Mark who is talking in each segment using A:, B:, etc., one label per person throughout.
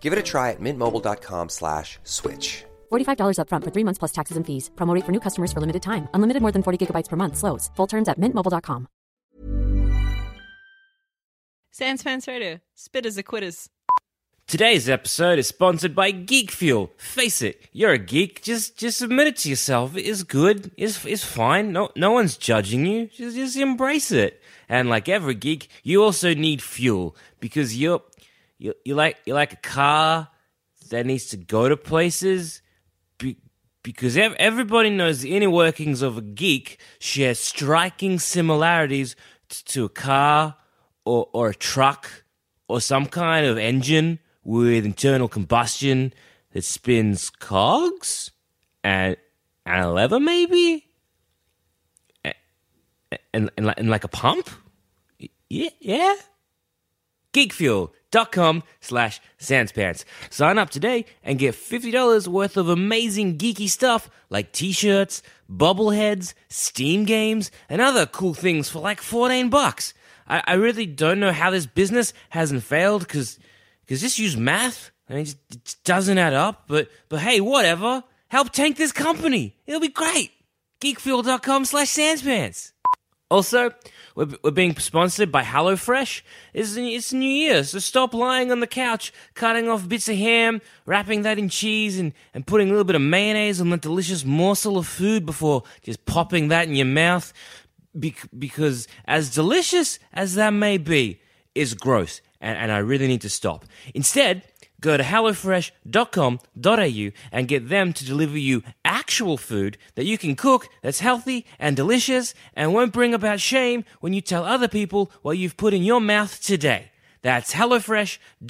A: Give it a try at mintmobile.com slash switch.
B: $45 upfront for three months plus taxes and fees. Promo rate for new customers for limited time. Unlimited more than 40 gigabytes per month. Slows. Full terms at mintmobile.com.
C: Sans Pants Radio, spitters acquitters.
D: Today's episode is sponsored by Geek Fuel. Face it, you're a geek. Just just admit it to yourself. It is good. It's is fine. No no one's judging you. Just just embrace it. And like every geek, you also need fuel because you're you you like you like a car that needs to go to places be, because ev- everybody knows the inner workings of a geek share striking similarities t- to a car or, or a truck or some kind of engine with internal combustion that spins cogs and, and a lever maybe A- a- and, and, like, and like a pump Y- yeah yeah geekfuel.com slash sanspants. Sign up today and get $50 worth of amazing geeky stuff like t-shirts, bobbleheads, Steam games, and other cool things for like 14 bucks. I, I really don't know how this business hasn't failed because just use math. I mean, it just- it just doesn't add up, but, but hey, whatever. Help tank this company. It'll be great. Geekfuel.com slash sanspants. Also, we're, we're being sponsored by HelloFresh. It's, it's New Year, so stop lying on the couch, cutting off bits of ham, wrapping that in cheese, and, and putting a little bit of mayonnaise on that delicious morsel of food before just popping that in your mouth. Bec- because as delicious as that may be, is gross, and, and I really need to stop. Instead, go to hellofresh.com.au and get them to deliver you actual food that you can cook that's healthy and delicious and won't bring about shame when you tell other people what you've put in your mouth today. That's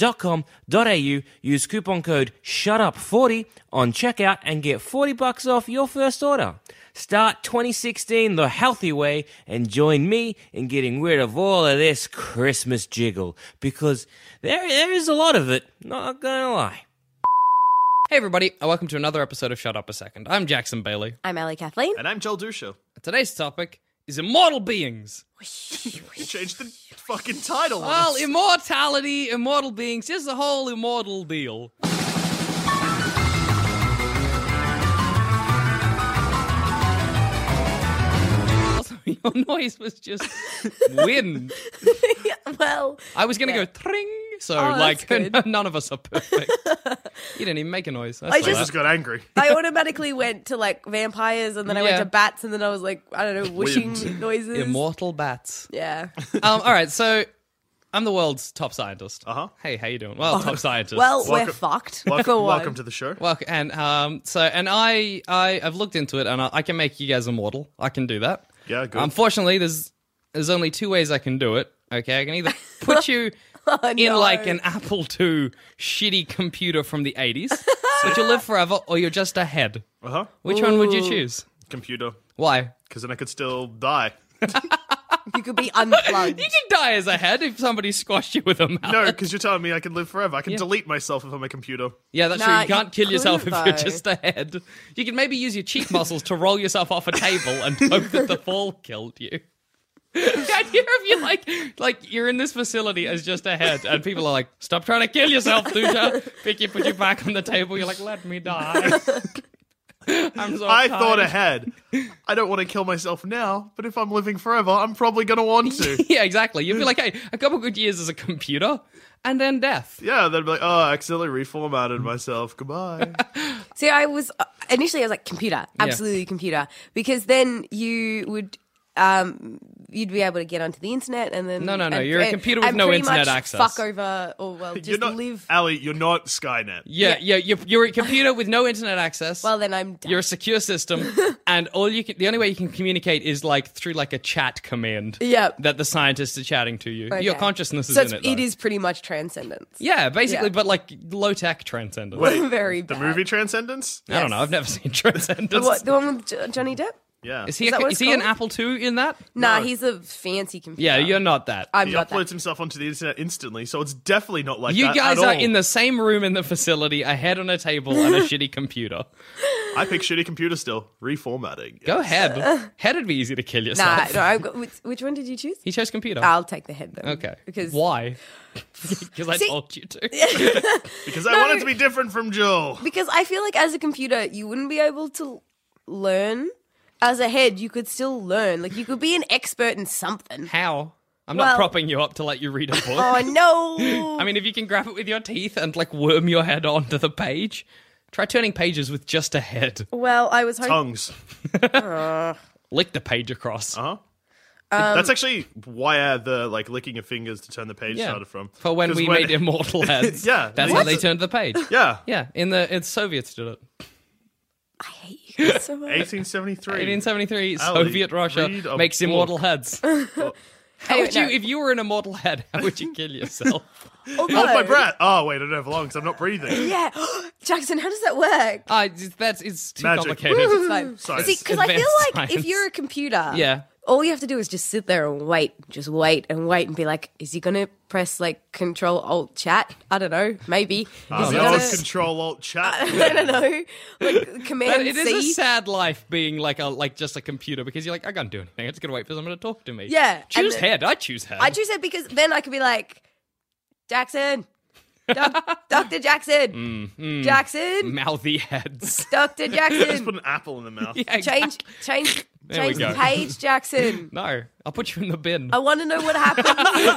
D: hellofresh.com.au. Use coupon code SHUTUP40 on checkout and get 40 bucks off your first order. Start 2016 the healthy way and join me in getting rid of all of this Christmas jiggle because there, there is a lot of it, not gonna lie.
E: Hey, everybody, and welcome to another episode of Shut Up a Second. I'm Jackson Bailey.
F: I'm Ellie Kathleen.
G: And I'm Joel Dusha.
E: And today's topic is immortal beings.
G: You changed the fucking
F: Oh,
G: title. on
E: Well,
G: us.
E: immortality, immortal beings, just the whole immortal deal. also, your noise was just wind.
F: well,
E: I was going to go tring, so
F: Oh, that's
E: like
F: good.
E: none of us are perfect. you didn't even make a noise. That's
F: I
E: like
G: I
F: just-
G: just got angry.
F: I automatically went to like vampires, and then I went
E: Yeah.
F: to bats, and then I was like, I don't know, whooshing
G: Wind.
F: noises.
E: immortal bats.
F: yeah.
E: um, all right, so I'm the world's top scientist.
G: Uh-huh.
E: Hey, how you doing? Well, top scientist.
F: Oh, Well, we're
G: Welcome-
F: fucked. for
G: Welcome,
F: one.
G: welcome to the show.
E: well, and um, so and I, I, I've looked into it, and I, I can make you guys immortal. I can do that.
G: Yeah, good.
E: Unfortunately, there's there's only two ways I can do it. Okay, I can either put you in
F: Oh, no.
E: like an Apple II shitty computer from the '80s, which you'll live forever, or you're just a head.
G: Uh huh.
E: Which one would you choose?
G: Computer,
E: Why?
G: because then I could still die.
F: You could be unplugged.
E: You can die as a head if somebody squashed you with a mallet.
G: No, because you're telling me I can live forever. I can delete myself if I'm a computer.
E: Yeah, that's
F: Nah,
E: true. You can't
F: you
E: kill yourself
F: couldn't,
E: if you're
F: though.
E: just a head. You can maybe use your cheek muscles to roll yourself off a table and hope that the fall killed you. the idea of you like like you're in this facility as just a head and people are like, Stop trying to kill yourself, Duja. Pick you put you back on the table, you're like, Let me die. I'm so
G: I thought
E: tired.
G: ahead. I don't want to kill myself now, but if I'm living forever, I'm probably going to want to.
E: Yeah, exactly. You'd be like, hey, a couple good years as a computer and then death.
G: yeah, they'd be like, oh, I accidentally reformatted myself. Goodbye.
F: See, I was uh, initially I was like computer, absolutely computer, because then you would um you'd be able to get onto the internet and then
E: No, no, no,
F: and-
E: you're a
F: and-
E: computer with
F: and
E: no
F: pretty
E: internet
F: much
E: access.
F: Fuck over or well, just
G: you're not,
F: live.
G: Ali, you're not Skynet.
E: Yeah, yeah, you're, you're a computer with no internet access.
F: Well, then I'm done.
E: you're a secure system, and all you can, the only way you can communicate is like through like a chat command.
F: Yep.
E: That the scientists are chatting to you. Your
F: Okay.
E: consciousness is
F: so
E: in
F: it's-
E: it. Though.
F: It is pretty much transcendence.
E: Yeah, basically,
F: Yeah.
E: but like low tech transcendence.
G: Wait,
F: Very
G: The
F: bad.
G: movie Transcendence?
E: I don't know. I've never seen transcendence.
F: What the one with jo- Johnny Depp?
G: Yeah.
E: Is he? a,
F: Is that what
E: is
F: it's
E: he an
F: called?
E: Apple II in that?
F: Nah, he's a fancy computer.
E: Yeah, you're not that.
F: I'm
G: he
F: not
G: uploads
F: that.
G: himself onto the internet instantly, so it's definitely not like
E: you
G: that
E: guys
G: at
E: are
G: all.
E: in the same room in the facility, a head on a table and a shitty computer.
G: I pick shitty computer still. Reformatting.
E: Go head. Head'd be easy to kill yourself.
F: Nah, no. I've got, which, which one did you choose?
E: He chose computer.
F: I'll take the head then.
E: okay.
F: Because
E: why? Because I
F: See-
E: told you to.
G: Because I want it to be different from Joel.
F: Because I feel like as a computer, you wouldn't be able to learn. As a head, you could still learn. Like you could be an expert in something.
E: How? I'm not
F: Well-
E: propping you up to let you read a book.
F: Oh no!
E: I mean, if you can grab it with your teeth and like worm your head onto the page, try turning pages with just a head.
F: well, I was hoping.
G: Tongues.
E: Lick the page across.
G: Huh? That's actually why uh, the like licking your fingers to turn the page
E: Yeah.
G: started from.
E: For when
G: 'Cause
E: we made immortal heads.
G: Yeah,
E: That's
G: they
E: how
G: used
E: they
G: to-
E: turned the page.
G: Yeah.
E: Yeah, in the in Soviets did it.
F: So much.
G: 1873.
E: 1873,
G: Ali,
E: Soviet Russia
G: read a
E: makes
G: book. Oh.
E: immortal heads. How
F: Anyway,
E: would you,
F: no.
E: if you were an immortal head, how would you kill yourself?
F: Although,
G: Hold my breath. Oh, wait, I don't have long because I'm not breathing.
F: Yeah, Jackson, how does that work?
E: I just, that's it's too
G: Magic.
E: complicated.
F: It's like-
G: Science.
F: See, because I feel
E: Advanced
F: like if
E: science.
F: you're a computer,
E: Yeah.
F: all you have to do is just sit there and wait, just wait and wait, and be like, is he gonna press like Control Alt Chat? I don't know, maybe. Is
G: Oh,
F: he
G: that
F: gonna?
G: was Control Alt Chat.
F: I don't know, like
E: But
F: Command
E: it
F: C.
E: is a sad life being like a like just a computer because you're like I can't do anything. I just gotta wait for someone to talk to me.
F: Yeah, and
E: choose
F: the-
E: head. I choose head.
F: I choose it because then I could be like, Jackson, Doctor Jackson, Jackson,
E: mouthy heads.
F: Doctor
G: Just put
F: Jackson,
G: an apple in the mouth.
E: Yeah,
F: change, change,
E: There we
F: change
E: go.
F: the page, Jackson.
E: No, I'll put you in the bin.
F: I want to know what happens.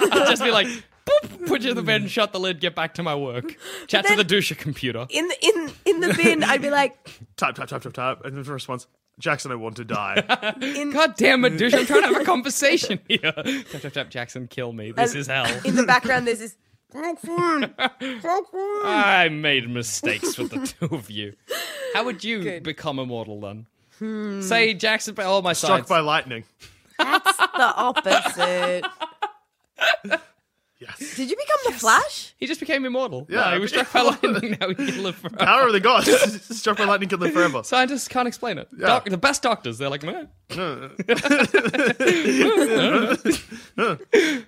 E: just be like, boop, put you in the bin, shut the lid, get back to my work. Chat
F: then-
E: to the douche computer.
F: In the, in in the bin, I'd be like,
G: Type, type, type, type, type. And then the response, Jackson, I want to die.
F: in,
E: God damn it, douche! I'm trying to have a conversation here. Tap tap tap, Jackson, kill me. This
F: And-
E: is hell.
F: in the background, there's this.
E: I made mistakes with the two of you. How would you become immortal then?
F: Hmm.
E: Say Jackson, oh my
G: Struck
E: sides.
G: by lightning.
F: That's the opposite.
G: Yes.
F: Did you become the Flash?
E: He just became immortal.
G: Yeah.
E: no, he was struck by lightning. Now he can live forever.
G: Power of the gods. Struck by lightning can live forever.
E: Scientists can't explain it. Doc- the best doctors, they're like, man.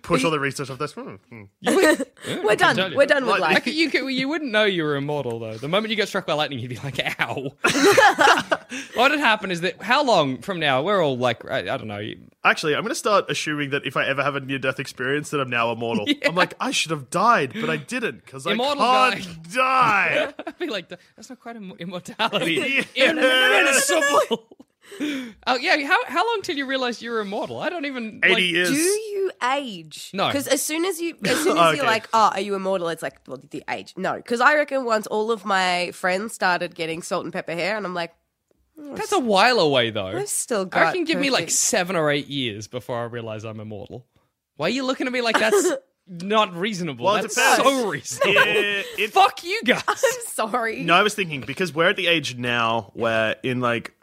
G: Push all the research off this. Hmm, hmm.
F: We're
E: tell
F: done.
E: you.
F: We're done with
G: Like-
F: life.
E: Like you, could- you wouldn't know you were immortal though. The moment you get struck by lightning, you'd be like, "Ow!" what would happen is that how long from now we're all like, I, I don't know. you-
G: Actually, I'm going to start assuming that if I ever have a near death experience, that I'm now immortal. I'm like, I should have died, but I didn't because I can't
E: Immortal guy.
G: die.
E: I'd be like, "That's not quite Im- immortality."
G: Yes.
E: Invincible. oh yeah, how how long till you realize you're immortal? I don't even.
G: 80
E: like-
G: years.
F: Do you age?
E: No.
F: Because as soon as you, as soon as
G: Okay.
F: you're like, oh, are you immortal? It's like, well, the age. No, because I reckon once all of my friends started getting salt and pepper hair, and I'm like,
E: That's a while away though.
F: I've still got.
E: I reckon give me like
F: perfect-
E: seven or eight years before I realize I'm immortal. Why are you looking at me like that's not reasonable?
G: Well, it
E: that's
G: depends.
E: so reasonable.
G: Yeah, it-
E: Fuck you guys.
F: I'm sorry.
G: No, I was thinking because we're at the age now where in like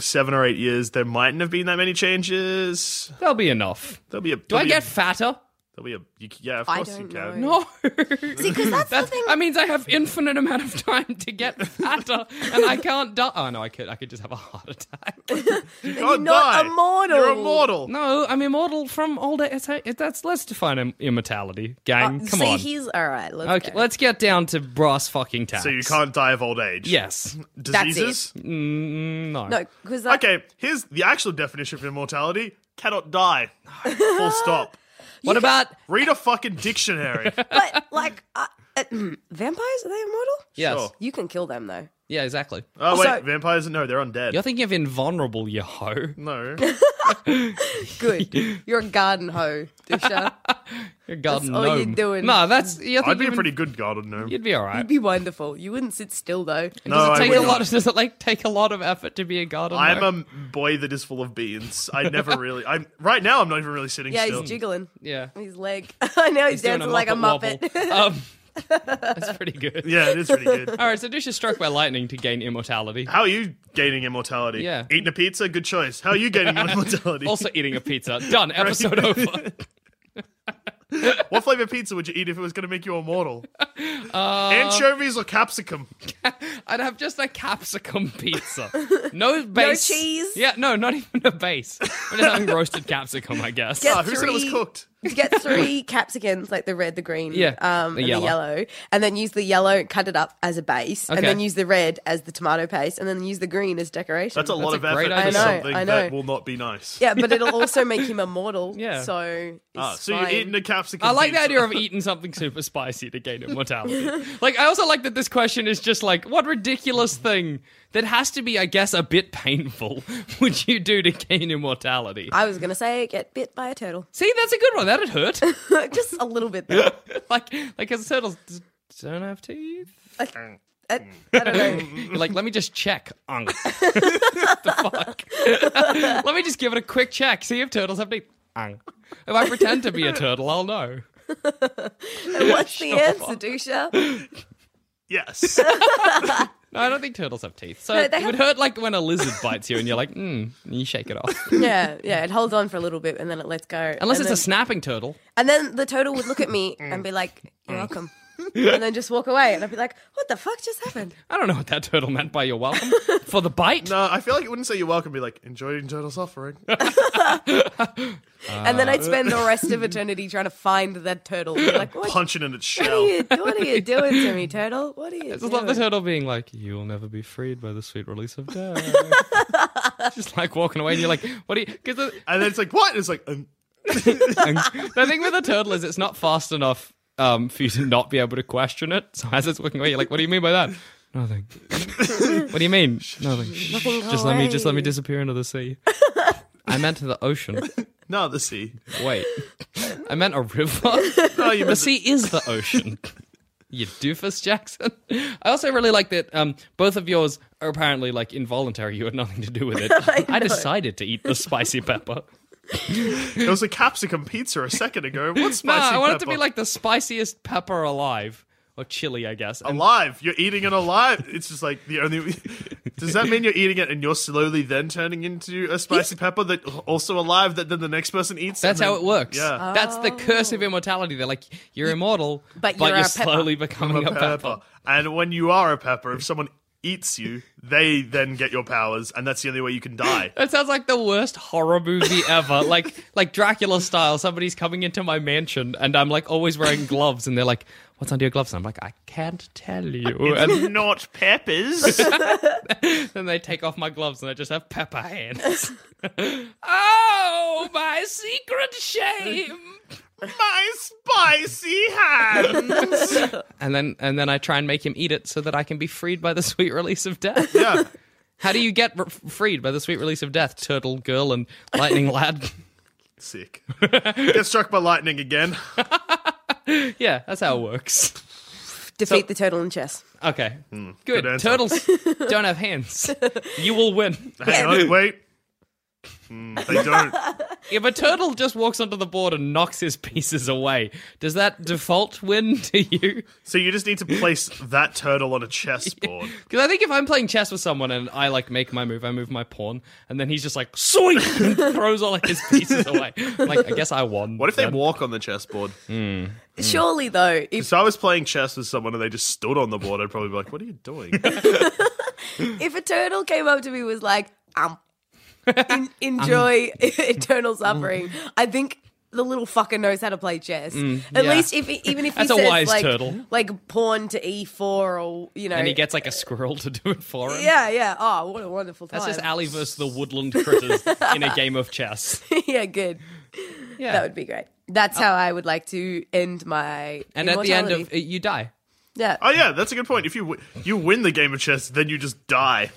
G: seven or eight years there mightn't have been that many changes.
E: That'll be enough.
G: There'll be a.
E: Do I get fatter?
G: There'll be a. You, yeah, of
F: I
G: course you
F: don't
G: can.
F: know.
E: No.
F: See, because that's, the
E: That's,
F: thing.
E: that means I have infinite amount of time to get fatter, and I can't die. Oh no, I could. I could just have a heart attack.
G: You
F: you're
G: can't
F: not
G: die.
F: immortal.
G: You're immortal.
E: no, I'm immortal from older. It's, it- that's let's define Im- immortality, gang. Come
F: See,
E: on.
F: he's all right. Let's
E: okay,
F: go.
E: let's get down to brass fucking tacks.
G: So you can't die of old age.
E: Yes.
F: it.
G: Diseases.
E: Mm, no.
F: No, because
G: Okay, here's the actual definition of immortality: cannot die. Full stop.
E: What about?
G: Read a fucking dictionary.
F: but like uh, uh, vampires are they immortal?
E: Yes.
G: Sure.
F: You can kill them though.
E: Yeah, exactly.
G: Oh wait, vampires? No, they're undead.
E: You're thinking of invulnerable, you hoe.
G: no,
F: Good. You're a garden hoe, Dusha.
E: You're a garden
F: all you're
E: gnome.
F: doing.
E: No, that's. You're
G: I'd be a
E: thinking-
G: pretty good garden gnome.
E: You'd be all
F: You'd
E: right.
F: be wonderful. You wouldn't sit still though.
G: no,
E: does it
G: I
E: take
G: would
E: a lot?
G: not.
E: Of, does it like take a lot of effort to be a garden?
G: I'm
E: gnome?
G: a boy that is full of beans. I never really. I'm right now. I'm not even really sitting
F: Yeah,
G: still.
F: he's jiggling.
E: yeah.
F: His leg. I know he's,
E: doing
F: dancing like a
E: wobble.
F: muppet.
E: um, that's pretty good.
G: yeah, it is pretty good.
E: All right, so Dush is struck by lightning to gain immortality.
G: How are you gaining immortality?
E: Yeah.
G: eating a pizza, good choice. How are you gaining immortality?
E: Also eating a pizza. Done. Episode over.
G: what flavor pizza would you eat if it was going to make you immortal?
E: Uh,
G: Anchovies or capsicum?
E: I'd have just a capsicum pizza. No base.
F: cheese?
E: Yeah, no, not even a base. I'm just having roasted capsicum, I guess.
F: Get
G: Ah, who said it was
F: three-
G: cooked?
F: You get three capsicums, like the red, the green,
E: Yeah,
F: um,
E: the
F: and
E: yellow.
F: the yellow, and then use the yellow, cut it up as a base,
E: Okay.
F: and then use the red as the tomato paste, and then use the green as decoration.
G: That's a lot
E: a
G: of effort
E: great
G: for
E: idea.
F: I know,
G: something
F: I
G: that
F: know.
G: will not be nice.
F: yeah, but it'll also make him immortal.
E: Yeah.
F: So it's
G: Ah, so
F: fine.
G: you're eating a capsicum.
E: I like the
G: pizza.
E: idea of eating something super spicy to gain immortality. like, I also like that this question is just like, what ridiculous thing that has to be, I guess, a bit painful would you do to gain immortality?
F: I was gonna say get bit by a turtle,
E: See, that's a good one. That'd hurt.
F: just a little bit. Though.
E: like, like as turtles d- don't have teeth.
F: I, I don't know.
E: You're like, let me just check. Unk. what the fuck? let me just give it a quick check. See if turtles have teeth. Unk. If I pretend to be a turtle, I'll know.
F: And what's the answer, Dusha?
G: Yes. Uh,
E: No, I don't think turtles have teeth. So
F: No,
E: it
F: they
E: would
F: have-
E: hurt like when a lizard bites you and you're like, mm, and you shake it off.
F: Yeah, yeah. It holds on for a little bit and then it lets go.
E: Unless
F: and
E: it's a snapping turtle.
F: And then the turtle would look at me and be like,
G: Mm.
F: You're welcome. and then just walk away. And I'd be like, What the fuck just happened?
E: I don't know what that turtle meant by you're welcome. For the bite?
G: no, I feel like it wouldn't say you're welcome. Be like, enjoying turtle suffering.
F: and then I'd
E: Uh,
F: spend the rest of eternity trying to find that turtle. Be like, what,
G: Punching in its
F: what, are
G: shell.
F: you, what are you doing to me, turtle? What are you
E: I just
F: doing?
E: love the turtle being like, you will never be freed by the sweet release of death. just like walking away and you're like, what are you. Because the,
G: And then it's like, what? It's like, um,
E: the thing with a turtle is it's not fast enough um, for you to not be able to question it. So as it's walking away, you're like, what do you mean by that? Nothing. what do you mean? Nothing. just let me just let me disappear into the sea. I meant the ocean.
G: no, the sea.
E: Wait. I meant a river.
G: No,
E: The
G: you missed
E: sea is the ocean. You doofus, Jackson. I also really like that um, both of yours are apparently like involuntary. You had nothing to do with it. I, decided to eat the spicy pepper.
G: It was a capsicum pizza a second ago. What's
E: No,
G: spicy?
E: I want it to
G: pepper?
E: be like the spiciest pepper alive or chili, I guess. And
G: alive. You're eating it alive. It's just like the only. Does that mean you're eating it and you're slowly then turning into a spicy pepper that also alive that then the next person eats?
E: that's
G: and
E: how
G: then-
E: it works.
G: Yeah.
E: That's the curse of immortality. They're like, you're immortal,
F: Oh. but
E: you're,
F: you're a pepper.
E: slowly becoming a
G: pepper.
E: pepper.
G: And when you are a pepper, if someone eats you, they then get your powers, and that's the only way you can die.
E: That sounds like the worst horror movie ever. like like Dracula style, somebody's coming into my mansion and I'm like always wearing gloves and they're like, What's under your gloves? And I'm like, I can't tell you. And
G: Not peppers.
E: then they take off my gloves and I just have pepper hands. oh my secret shame.
G: My spicy hands.
E: And then and then I try and make him eat it so that I can be freed by the sweet release of death.
G: yeah.
E: How do you get re- freed by the sweet release of death, turtle girl and lightning lad?
G: Sick. Get struck by lightning again.
E: yeah, that's how it works.
F: Defeat the turtle in chess.
E: Okay. good.
G: Hmm. good answer.
E: Turtles don't have hands. You will win.
G: Hang on, wait. Hmm, they don't.
E: If a turtle just walks onto the board and knocks his pieces away, does that default win to you?
G: So you just need to place that turtle on a chessboard.
E: Because I think if I'm playing chess with someone and I like make my move, I move my pawn, and then he's just like soink and throws all of his pieces away. I'm like I guess I won.
G: What if they
E: then.
G: walk on the chessboard?
E: Mm.
F: Surely, though, if,
G: If Hmm. I was playing chess with someone and they just stood on the board, I'd probably be like, "What are you doing?"
F: if a turtle came up to me and was like, um, en- enjoy
E: Um. Mm.
F: eternal suffering, I think the little fucker knows how to play chess. At
E: Mm, yeah.
F: least, if he- even if
E: That's a
F: he says
E: wise
F: like
E: turtle.
F: like pawn to e4 or you know,
E: And he gets like a squirrel to do it for him.
F: yeah, yeah. Oh, what a wonderful time!
E: That's just Ali versus the woodland critters in a game of chess.
F: yeah, good.
E: Yeah.
F: That would be great. That's how I would like to end my
E: Oh. and at the end
F: immortality.
E: of you die.
F: Yeah.
G: Oh yeah, that's a good point. If you w- you win the game of chess, then you just die.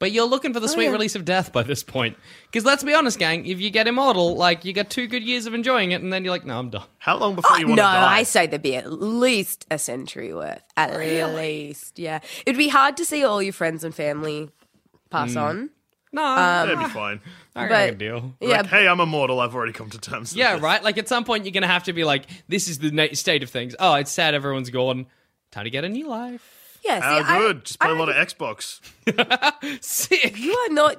E: But you're looking
F: Oh,
E: for the sweet release of death by this point. Because let's be honest, gang, if you get immortal, like, you get two good years of enjoying it, and then you're like, no, I'm done.
G: How long before you
F: Oh, no,
G: want to die?
F: I say there'd be at least a century worth. At least, yeah. It'd be hard to see all your friends and family pass
E: Mm.
F: on.
E: No,
G: That'd be fine.
E: I
F: but-
E: reckon deal.
F: Yeah,
G: Like, hey, I'm immortal. I've already come to terms. with
E: Yeah,
G: this.
E: right? Like, at some point, you're going to have to be like, this is the na- state of things. Oh, it's sad everyone's gone. Time to get a new life.
F: yeah.
G: How
F: see, I-
G: Ah, good? just play
F: I
G: a lot of Xbox.
E: Sick.
F: You are not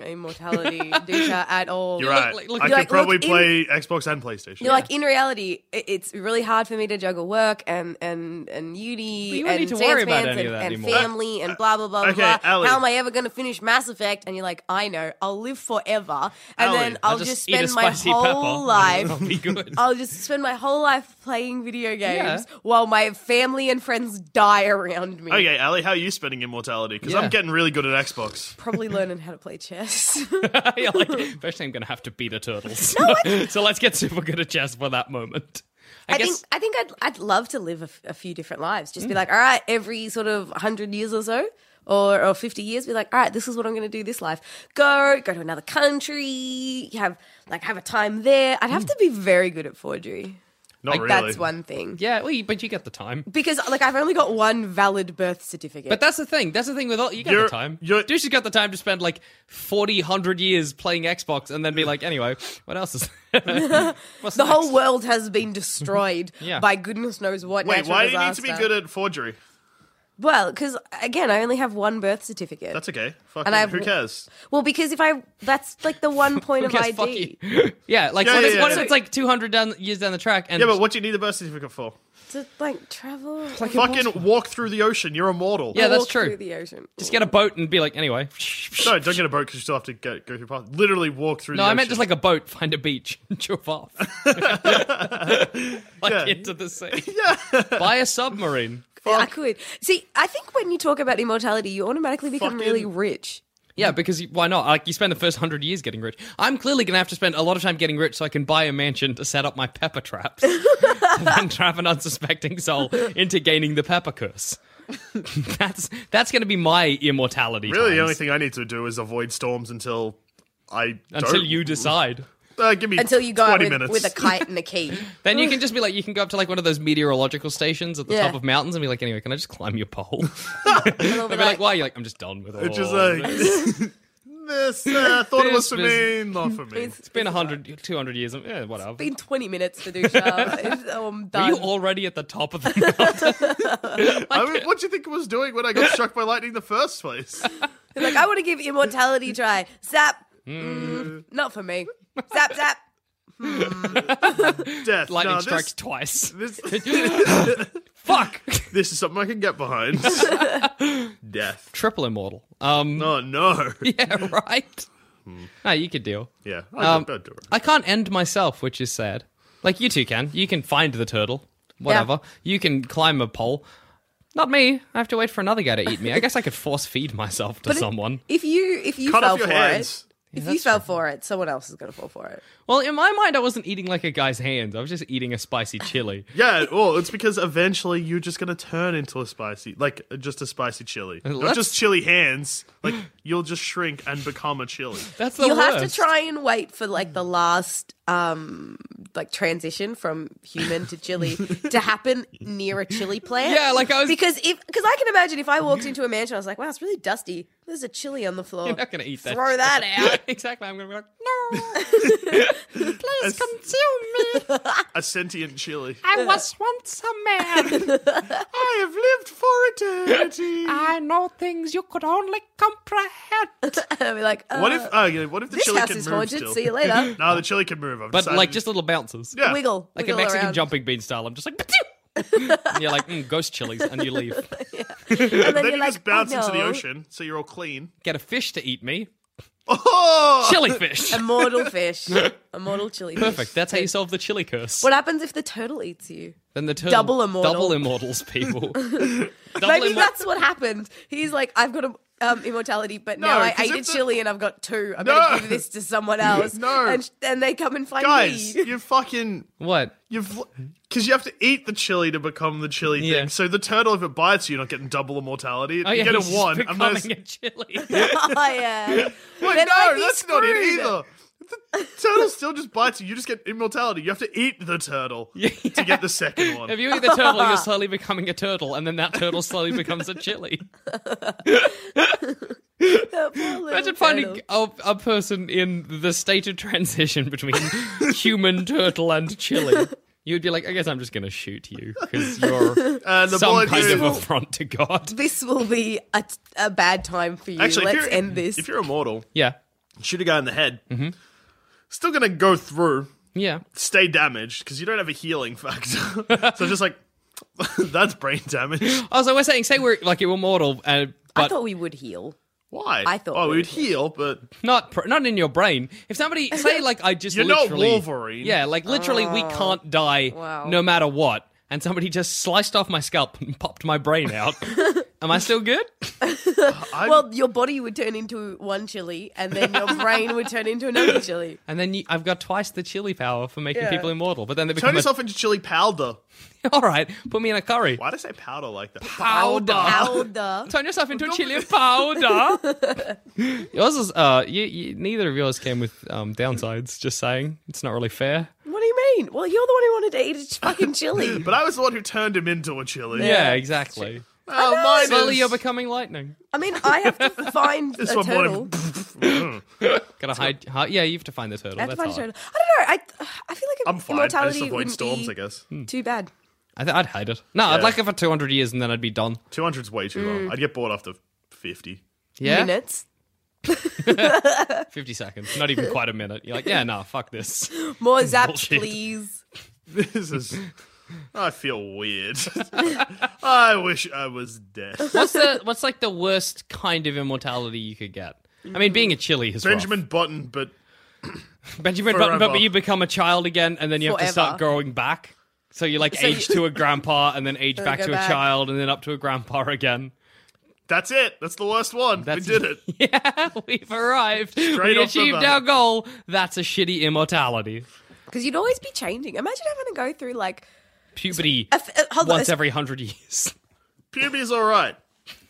F: immortality, Disha, at all.
G: You're
E: look-
G: right.
E: like- look-
G: I could
F: like, look
G: probably
F: in-
G: play Xbox and PlayStation.
F: You're like in reality, i- it's really hard for me to juggle work and and and uni
E: But you don't
F: and
E: need to worry about
F: fans
E: any
F: and,
E: of that
F: and
E: anymore.
F: family and blah blah blah
G: okay,
F: blah.
G: Ally.
F: How am I ever going to finish Mass Effect? And you're like, I know, I'll live forever, and
G: Ally,
F: then
E: I'll
F: I'll just,
E: eat a
F: spend my
E: spicy
F: whole
E: pepper.
F: life.
E: That'll be good.
F: I'll just spend my whole life playing video games
E: Yeah.
F: while my family and friends die around me.
G: okay, Ali, how are you spending immortality?
E: Yeah.
G: Because I'm getting really good at Xbox.
F: Probably learning how to play chess.
E: You're like, first thing I'm going to have to beat a turtle. So, so let's get super good at chess for that moment. I,
F: I
E: guess.
F: think I think I'd I'd love to live a, f- a few different lives.
G: Mm.
F: Just be like, all right, every sort of hundred years or so, or or fifty years, be like, all right, this is what I'm going to do this life. Go go to another country, have like have a time there. I'd have to be very good at forgery.
G: Mm. Not really.
F: That's one thing.
E: Yeah, well, you, but you get the time.
F: Because like I've only got one valid birth certificate.
E: But that's the thing. That's the thing with all you got
G: You're-
E: the time.
G: you're-
E: Douche has got the time to spend like 40, 100 years playing Xbox and then be like, anyway, what else is What's
F: the whole world has been destroyed
E: Yeah.
F: by goodness knows what.
G: Wait,
F: natural
G: why do you need to
F: disaster.
G: be good at forgery?
F: Well, because again, I only have one birth certificate.
G: That's okay. Fucking,
F: And I've-
G: who cares?
F: well, because if I that's like the one point of
E: Yes,
F: ID.
E: fuck you. yeah, like
G: Yeah,
E: what,
G: yeah,
E: if,
G: yeah,
E: what
G: yeah.
E: if it's like 200 down, years down the track and
G: Yeah, but what do you need a birth certificate for?
F: to like travel.
G: Fucking walk through the ocean. You're immortal.
E: Yeah, that's
F: walk
E: true.
F: Through the ocean.
E: just get a boat and be like, anyway.
G: No, don't get a boat because you still have to go, go through path. Literally walk through.
E: No,
G: the
E: I meant
G: ocean.
E: just like a boat, find a beach, and jump off. like
G: Yeah.
E: into the sea. Yeah. Buy a submarine.
F: I could see. I think when you talk about immortality, you automatically become
G: Fucking-
F: really rich.
E: Yeah, because you, why not? Like you spend the first hundred years getting rich. I'm clearly going to have to spend a lot of time getting rich so I can buy a mansion to set up my pepper traps, to then trap an unsuspecting soul into gaining the pepper curse. that's that's going to be my immortality.
G: Really, the
E: times,
G: only thing I need to do is avoid storms until I
E: until
G: don't-
E: you decide.
G: Uh, give me
F: Until you go out
G: 20
F: with,
G: minutes.
F: with a kite and a key.
E: Then you can just be like, you can go up to like one of those meteorological stations at the
F: Yeah.
E: top of mountains and be like, anyway, can I just climb your pole?
F: And they'll
E: They'll
F: be
E: be like,
F: like,
E: why? You're like, I'm just done with it.
G: Which is like this. uh, I thought it was for me,
E: This
G: not for me.
F: It's
E: it's been 100, 200 years. Yeah, whatever.
F: been twenty minutes to do shower. oh, I'm
E: Are
F: done.
E: you already at the top of the mountain?
G: I mean, what do you think it was doing when I got struck by lightning in the first place?
F: They're like I want to give immortality a try. Zap.
E: Hmm.
F: Mm, not for me. Zap zap.
G: Death.
E: Lightning
G: no, this,
E: strikes twice.
G: This,
E: Fuck!
G: this is something I can get behind. Death.
E: Triple immortal. Um,
G: Oh no. Yeah,
E: yeah, right. No, you could deal.
G: I
E: Um,
G: don't, do it.
E: I can't end myself, which is sad. Like you two can. You can find the turtle. Whatever. You can climb a pole. Not me. I have to wait for another guy to eat me. I guess I could force feed myself to
F: But if-
E: someone.
F: If you if you
G: Cut
F: fell
G: off your
F: for
G: hands.
F: it, if you fell for it, someone else is gonna fall for it.
E: Well, in my mind, I wasn't eating like a guy's hands. I was just eating a spicy chili.
G: Yeah, well, it's because eventually you're just gonna turn into a spicy, like just a spicy chili, not
E: Let's-
G: just chili hands. Like you'll just shrink and become a chili.
E: That's the
F: You'll
E: worst.
F: have to try and wait for like the last um like transition from human to chili to happen near a chili plant.
E: Yeah, like I was-
F: because if because I can imagine if I walked into a mansion, I was like, wow, it's really dusty. There's a chili on the floor.
E: You're not going to eat that.
F: Throw that out.
E: exactly. I'm going to be like, no.
G: Please
E: Consume me.
G: a sentient chili.
E: I was once a man.
G: I have lived for eternity.
E: I know things you could only comprehend.
F: I'll be like, uh,
G: what if? Oh, yeah, what if the
F: this
G: chili
F: house
G: can
F: is
G: move?
F: haunted?
G: Still?
F: See you later.
G: No, the chili can move. I've
E: But
G: decided-
E: like just little bounces.
G: yeah.
F: Wiggle,
E: Like a
F: wiggle
E: Mexican
F: around.
E: jumping bean style. I'm just like, "Pachoo!" and you're like, mm, ghost chilies, and you leave.
F: and
G: Then
F: you're
G: you
F: like,
G: just bounce
F: oh,
G: into the
F: no.
G: ocean, so you're all clean.
E: Get a fish to eat me.
G: Oh,
E: Chili fish.
F: Immortal fish, immortal chili. fish.
E: Perfect. That's how you solve the chili curse.
F: What happens if the turtle eats you?
E: Then the turtle,
F: Double immortal.
E: Double immortals, people. double
F: Maybe
E: immor-
F: that's what happened. He's like, I've got a um, immortality, but
G: No,
F: now I
G: 'cause
F: ate
G: if
F: a
G: the-
F: chili and I've got two. I'm
G: No.
F: going to give this to someone else.
G: No.
F: And, and they come and find
G: Guys,
F: me.
G: you fucking
E: What?
G: you've because you have to eat the chili to become the chili
E: Yeah.
G: thing. So the turtle, if it bites you, you're not getting double immortality.
E: Oh
G: you
E: yeah,
G: get a
E: he's just
G: one.
E: becoming
G: unless-
E: a chili.
F: oh, yeah.
G: Wait,
F: Then I'd
G: no,
F: be
G: that's not it
F: screwed.
G: either. The turtle still just bites you. You just get immortality. You have to eat the turtle to get the second one.
E: if you eat the turtle, you're slowly becoming a turtle, and then that turtle slowly becomes a chili.
F: That poor little
E: Imagine
F: turtle.
E: finding a, a person in the state of transition between human turtle and chili. You'd be like, I guess I'm just going to shoot you because you're
G: and the
E: some
G: boy
E: kind of
G: who-
E: affront to God.
F: This will be a, a bad time for you.
G: Actually, if
F: Let's
G: you're,
F: end this.
G: If you're immortal,
E: Yeah,
G: shoot a guy in the head.
E: Mm-hmm.
G: Still gonna go through,
E: yeah.
G: stay damaged because you don't have a healing factor. so just like that's brain damage.
E: Also, we're saying, say we're like you're immortal, uh,
F: I
E: but
F: thought we would heal.
G: Why?
F: I thought
G: Oh,
F: we
G: we would
F: would-
G: heal, but
E: not pr- not in your brain. If somebody say like I just
G: You're not
E: literally,
G: Wolverine. Oh,
E: Yeah, like literally we can't die
F: wow.
E: no matter what. And somebody just sliced off my scalp and popped my brain out. Am I still good?
G: I,
F: Well, your body would turn into one chili, and then your brain would turn into another chili.
E: And then you, I've got twice the chili power for making people immortal. But then they
G: turn
E: become a-
G: yourself into chili powder.
E: all right. Put me in a curry.
G: Why do I say powder like that?
E: Powder.
F: How the?
E: Turn yourself into a chili powder. yours is uh, you, you, neither of yours came with um, downsides. Just saying, it's not really fair.
F: What do you mean? Well, you're the one who wanted to eat a fucking chili.
G: But I was the one who turned him into a chili.
E: Yeah, exactly.
G: Oh, mine
E: Slowly
G: is-
E: you're becoming lightning.
F: I mean, I have to find a
G: This one wanted-
F: turtle.
G: Mm.
E: Gotta hide, hi- Yeah, you have to find the turtle.
F: I have to
E: That's
F: find
E: hard.
F: a turtle. I don't know. I I feel like
G: I'm fine. I just
F: immortality
G: avoid
F: wouldn't
G: storms,
F: be
G: I guess.
E: Hmm.
F: Too bad.
E: I th- I'd hide it. No, I'd
G: Yeah.
E: like it for 200 years and then I'd be done.
G: 200's way too
F: Mm.
G: long. I'd get bored after 50.
E: Yeah?
F: Minutes.
E: 50 seconds. Not even quite a minute. You're like, yeah, nah, fuck this.
F: More zaps,
E: Bullshit.
F: please.
G: This is. I feel weird. I wish I was dead.
E: What's the what's like the worst kind of immortality you could get? I mean, being a chili is rough.
G: Benjamin Button, but
E: Benjamin Button, but-
G: Forever.
E: but you become a child again and then you have to start
F: Forever.
E: growing back. So you like age to a grandpa and then age
F: And
E: back
F: go
E: to a
F: back.
E: child and then up to a grandpa again.
G: that's it. That's the worst one.
E: That's-
G: we did it.
E: Yeah, we've arrived.
G: off
E: we
G: the
E: achieved
G: bat.
E: our goal. That's a shitty immortality.
F: Because you'd always be changing. Imagine having to go through like
E: Puberty
F: a f- uh, hold on,
E: once
F: a-
E: every 100 years.
G: Puberty's all right.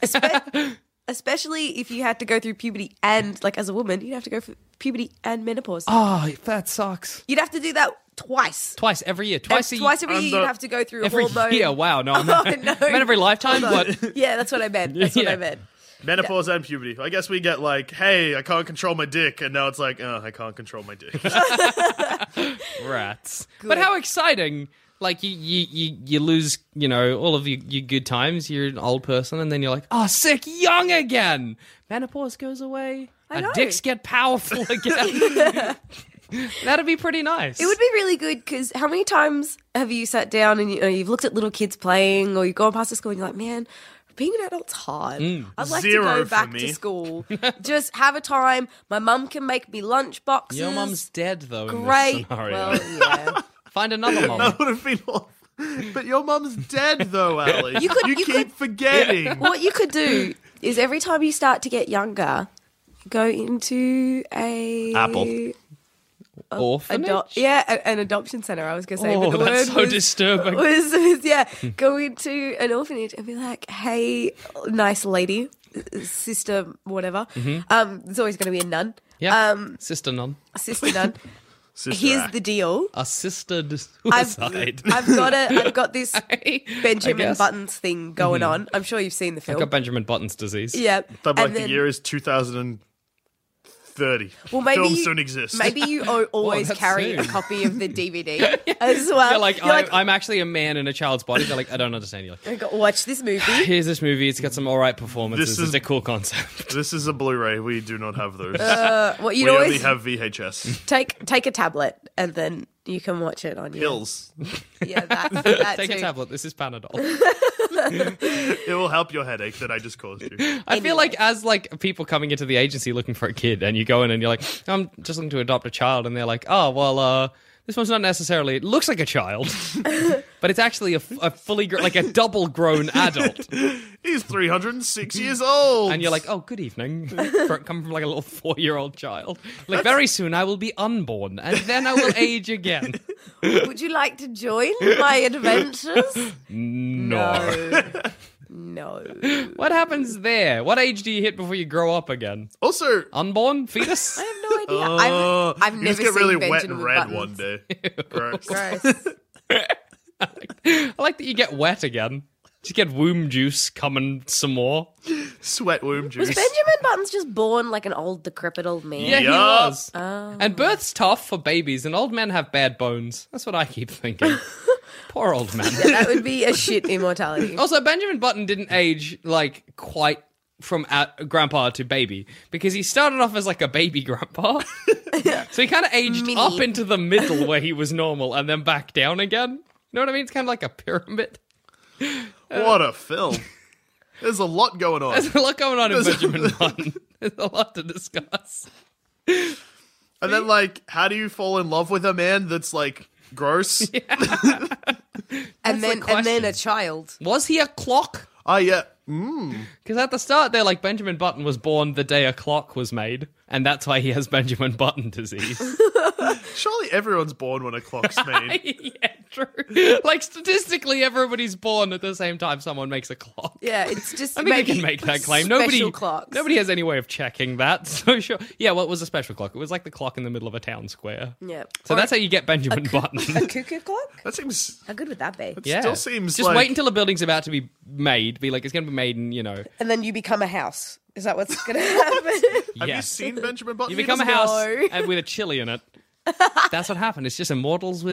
F: Espe- especially if you had to go through puberty and like as a woman you'd have to go through puberty and menopause
E: Oh, that sucks.
F: you'd have to do that twice
E: Twice every year. Twice a year.
F: twice every year
G: the-
F: you'd have to go through
E: every
F: hormone Oh,
E: year. Wow. No, I meant, I
F: no.
E: meant every lifetime, but
F: yeah that's what i meant that's what
E: Yeah.
F: i meant
G: Menopause and puberty. I guess we get like, hey, I can't control my dick, and now it's like, oh, I can't control my dick.
E: rats. But how exciting! Like you, you, you, you lose, you know, all of your, your good times. You're an old person, and then you're like, oh, sick, young again. Menopause goes away. Our
F: know.
E: dicks get powerful again. That'd be pretty nice.
F: it would be really good because how many times have you sat down and you know, you've looked at little kids playing or you've gone past the school and you're like man being an adult's hard.
E: Mm.
F: I'd like
G: Zero
F: to go
G: for
F: back to
G: me.
F: school. Just have a time. My mum can make me lunch boxes.
E: Your mum's dead though. in this
F: great.
E: scenario.
F: Well, yeah.
E: Find another mum.
G: That would have been awful. But your mum's dead, though, Ali.
F: You could- you
G: keep
F: could-
G: forgetting.
F: what you could do is every time you start to get younger, go into a
G: Apple.
E: Orphanage.
F: ado- yeah, a- an adoption center. I was going to say,
E: Oh,
F: but the
E: that's
F: word
E: so
F: was,
E: disturbing.
F: was- was- yeah, go into an orphanage and be like, "Hey, nice lady, sister, whatever."
E: Mm-hmm.
F: Um, there's always going to be a nun,
E: yeah.
F: Um,
E: sister nun.
F: sister nun.
G: Sister
F: Here's
G: act.
F: the deal.
E: Assisted
F: I've,
E: suicide.
F: I've got a, I've got this Benjamin
E: guess. Mm-hmm.
F: Buttons thing going on. I'm sure you've seen the film.
E: Got Benjamin Button's disease.
F: yeah,
G: But like
F: And
G: the
F: then-
G: year is 2030.
F: Well, maybe
G: Films
F: you-
G: don't exist.
F: Maybe you o- always
E: that's
F: carry a
E: soon.
F: copy of the DVD as well.
E: They're like,
F: You're
E: I, I'm actually a man in a child's body. They're like, I don't understand. You're like,
F: "I gotta watch this movie.
E: here's this movie. It's got some all right performances.
G: This is-
E: it's a cool concept.
G: This is a Blu-ray. We do not have those.
F: Well,
G: we
F: you'd
G: only
F: always
G: have VHS.
F: take take a tablet and then you can watch it on your
G: Pills.
F: Yeah, that, that
E: Take
F: too.
E: a tablet. This is Panadol.
G: It will help your headache that I just caused you.
E: I feel like as like people coming into the agency looking for a kid, and you go in and you're like, I'm just looking to adopt a child, and they're like, oh well, uh, This one's not necessarily. It looks like a child, but it's actually a, f- a fully gr- like a double grown adult.
G: He's 306 years old.
E: And you're like, oh, good evening. For- Come from like a little four year old child. Like, very soon I will be unborn and then I will age again.
F: Would you like to join my adventures?
E: No.
F: No.
E: What happens there? What age do you hit before you grow up again?
G: also,
E: Unborn? Fetus?
F: I have no idea.
G: oh,
F: I've, I've
G: you
F: never
G: just get
F: seen
G: really
F: Benjamin
G: wet and red
F: with buttons.
G: one day. Gross.
F: Gross.
E: I like that you get wet again. Just get womb juice coming some more.
G: Sweat womb juice.
F: Was Benjamin Buttons just born like an old, decrepit old man?
E: Yeah, he
G: Yeah.
E: was.
F: Oh.
E: And birth's tough for babies, and old men have bad bones. That's what I keep thinking. Poor old man.
F: That would be a shit immortality.
E: Also, Benjamin Button didn't age like quite from at grandpa to baby because he started off as like a baby grandpa. so he kind of aged
F: Mini.
E: up into the middle where he was normal and then back down again. You know what I mean? It's kind of like a pyramid.
G: What a film. There's a lot going on.
E: There's a lot going on in Benjamin Button. There's a lot to discuss.
G: And then, like, how do you fall in love with a man that's, like, gross?
F: and then
E: the
F: and then a
E: question.
F: child.
E: Was he a clock?
G: Oh, yeah. Mm,
E: Because at the start, they're like Benjamin Button was born the day a clock was made, and that's why he has Benjamin Button disease.
G: Surely everyone's born when a clock's made.
E: yeah, true. Like statistically, everybody's born at the same time. Someone makes a clock.
F: Yeah, it's just.
E: I think I
F: maybe
E: can make that claim.
F: special
E: Nobody,
F: clocks.
E: nobody has any way of checking that. So sure, yeah. What was a special clock? It was like the clock in the middle of a town square.
F: Yeah.
E: So
F: Or
E: that's how you get Benjamin Button.
F: a cuckoo clock.
G: That seems.
F: How good would that be?
E: yeah,
G: still seems
E: Just
G: like-
E: wait until a building's about to be made. Be like, it's going to be made in you know.
F: And then you become a house. Is that what's going to happen?
G: Have you
E: yes.
G: seen Benjamin Button?
E: You
G: He
E: become a
G: doesn't-
E: house
F: know.
E: and with a chili in it. That's what happened. It's just immortals with.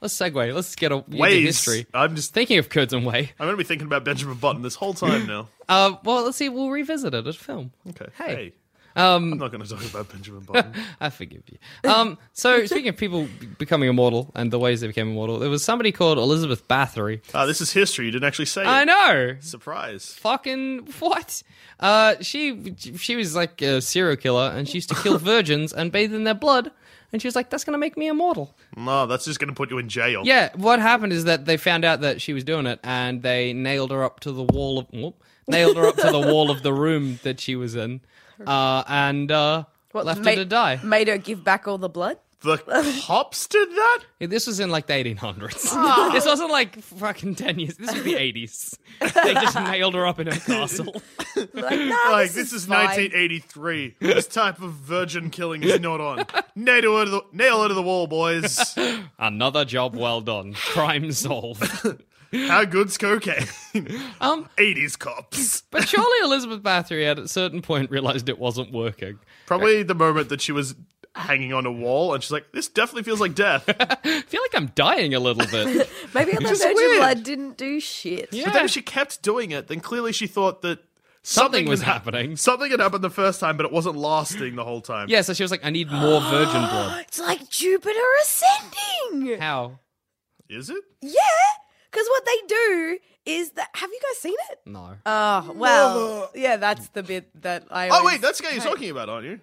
E: let's segue. Let's get a into
G: Ways.
E: history.
G: I'm just.
E: Thinking of Kurds and Way.
G: I'm going to be thinking about Benjamin Button this whole time now.
E: Uh, well, let's see. We'll revisit it at film.
G: Okay.
E: Hey.
G: I'm not going to talk about Benjamin Button.
E: I forgive you. Um, so speaking of people b- becoming immortal and the ways they became immortal, there was somebody called Elizabeth Bathory.
G: Ah, this is history. You didn't actually say
E: I
G: it.
E: know.
G: Surprise.
E: Fucking what? Uh, she she was like a serial killer, and she used to kill virgins and bathe in their blood. And she was like, "That's gonna make me immortal."
G: No, that's just going to put you in jail.
E: Yeah, what happened is that they found out that she was doing it, and they nailed her up to the wall of whoop, nailed her up to the wall of the room that she was in, uh, and uh, left
F: made,
E: her to die.
F: Made her give back all the blood.
G: The cops did that?
E: This was in like the 1800s. This wasn't like fucking 10 years. This was the 80s. They just nailed her up in her castle.
F: Like, no,
G: like
F: this,
G: this is
F: fine.
G: 1983. this type of virgin killing is not on. Nail her to the, nail her to the wall, boys.
E: Another job well done. Crime solved.
G: How good's cocaine?
E: Um,
G: 80s cops.
E: But surely Elizabeth Bathory at a certain point realized it wasn't working.
G: Probably the moment that she was hanging on a wall, and she's like, "This definitely feels like death."
E: I feel like I'm dying a little bit.
F: Maybe all that
G: is
F: virgin
G: weird.
F: blood didn't do shit.
E: Yeah.
G: But then if she kept doing it, then clearly she thought that
E: Something was
G: had-
E: happening.
G: Something had happened the first time, but it wasn't lasting the whole time.
E: Yeah, so she was like, I need more virgin blood.
F: Oh, It's like Jupiter ascending.
E: How?
G: Is it?
F: Yeah, because what they do is that. Have you guys seen it?
E: No.
F: Oh well, yeah, that's the bit that I.
G: Oh
F: always-
G: wait, that's the guy you're talking about, aren't you?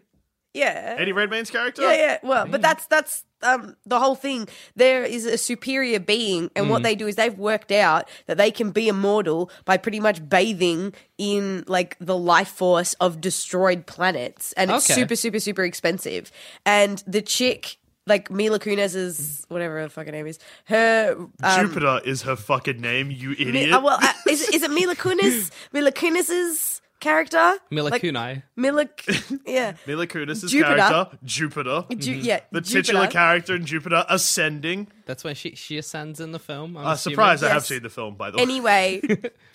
F: yeah.
G: Eddie Redmayne's character.
F: Yeah, yeah. Well, but that's that's um, the whole thing. There is a superior being, and
G: Mm.
F: what they do is they've worked out that they can be immortal by pretty much bathing in like the life force of destroyed planets, and it's
E: Okay.
F: super, super, super expensive. And the chick, like Mila Kunis's whatever her fucking name is, her um,
G: Jupiter is her fucking name, you idiot.
F: Mi- uh, well, uh, is, is it Mila Kunis? Mila Kunis's character,
E: Mila
F: Like,
E: Kunai.
F: Mila, K- yeah.
G: Mila Kunis's
F: Jupiter.
G: character, Jupiter.
F: Ju- yeah,
G: Mm-hmm. the
F: Jupiter.
G: titular character in Jupiter ascending.
E: That's where she, she ascends in the film. I'm
G: Uh,
E: assuming.
G: surprise! I have
F: Yes.
G: seen the film by the way.
F: Anyway,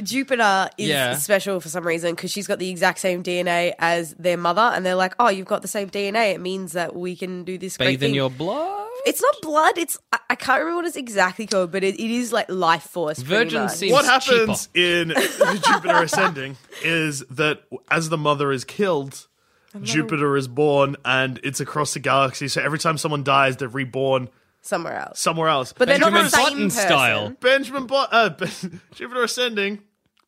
F: Jupiter is
E: Yeah.
F: special for some reason because she's got the exact same DNA as their mother, and they're like, "Oh, you've got the same DNA. It means that we can do this great
E: Bathe in
F: thing."
E: your blood.
F: it's not blood. It's I, I can't remember what it's exactly called, but it, it is like life force. pretty
E: Virgin
F: much.
E: seed.
G: What
E: It's cheaper.
G: happens in Jupiter Ascending is that as the mother is killed, Jupiter is born and it's across the galaxy. So every time someone dies, they're reborn
F: somewhere else,
G: somewhere else.
F: but they're not
E: Benjamin
F: the same
E: Button
F: person.
E: style.
G: Benjamin Bo- uh, Ben- Jupiter Ascending,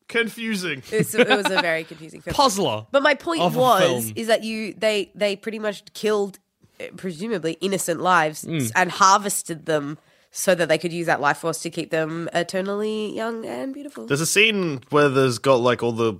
G: confusing.
F: It's, it was a very confusing film.
E: Puzzler.
F: But my point
E: of a
F: was
E: film.
F: is that you they they pretty much killed uh, presumably innocent lives
E: Mm.
F: s- and harvested them so that they could use that life force to keep them eternally young and beautiful.
G: There's a scene where there's got like all the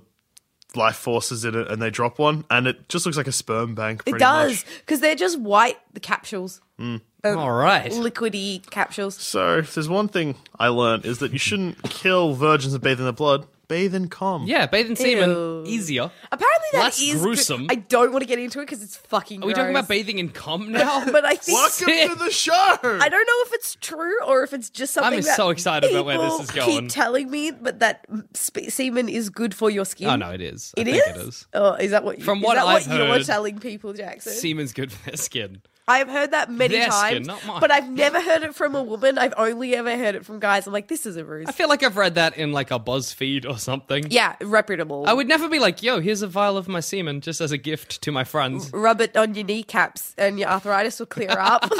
G: life forces in it and they drop one and it just looks like a sperm bank.
F: it
G: Pretty
F: does
G: Much.
F: because they're just white the capsules, Uh,
E: All right.
F: liquidy capsules.
G: So if there's one thing I learned is that you shouldn't kill virgins and bathe in their blood. Bathe in calm.
E: Yeah, bathe in
F: Ew.
E: semen. Easier.
F: Apparently that
E: Less
F: is gr-
E: gruesome.
F: I don't want to get into it because it's fucking.
E: Are we talking
F: gross.
E: about bathing in cum now?
F: But I think
G: Welcome to the show.
F: I don't know if it's true or if it's just something.
E: I'm
F: that
E: so excited about where this
F: people
E: is
F: Keep
E: going.
F: telling me, but that sp- semen is good for your skin.
E: Oh no, it is. I
F: It
E: think
F: is?
E: It is.
F: Oh, is that what? You,
E: From
F: is
E: what
F: that
E: I've
F: what you're
E: heard,
F: telling people, Jackson?
E: Semen's good for their skin.
F: I've heard that many
E: Their skin,
F: times,
E: not mine.
F: but I've never heard it from a woman. I've only ever heard it from guys. I'm like, this is a ruse.
E: I feel like I've read that in like a BuzzFeed or something.
F: yeah, reputable.
E: I would never be like, yo, here's a vial of my semen just as a gift to my friends.
F: rub it on your kneecaps, and your arthritis will clear up.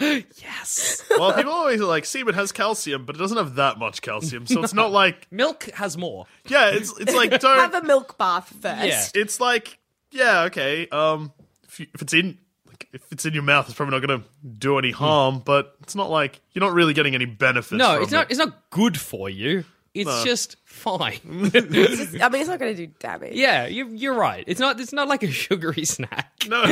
E: Yes.
G: Well, people always are like semen has calcium, but it doesn't have that much calcium, so it's not like
E: Milk has more.
G: yeah, it's it's like don't.
F: Have a milk bath first.
E: Yeah.
G: it's like yeah, okay. Um, if, you, if it's in like, if it's in your mouth, it's probably not going to do any harm, but it's not like you're not really getting any benefits.
E: No,
G: from
E: it's not
G: It.
E: it's not good for you. It's just fine.
F: It's just- I mean, it's not going to do damage.
E: yeah, you you're right. It's not it's not like a sugary snack.
G: No,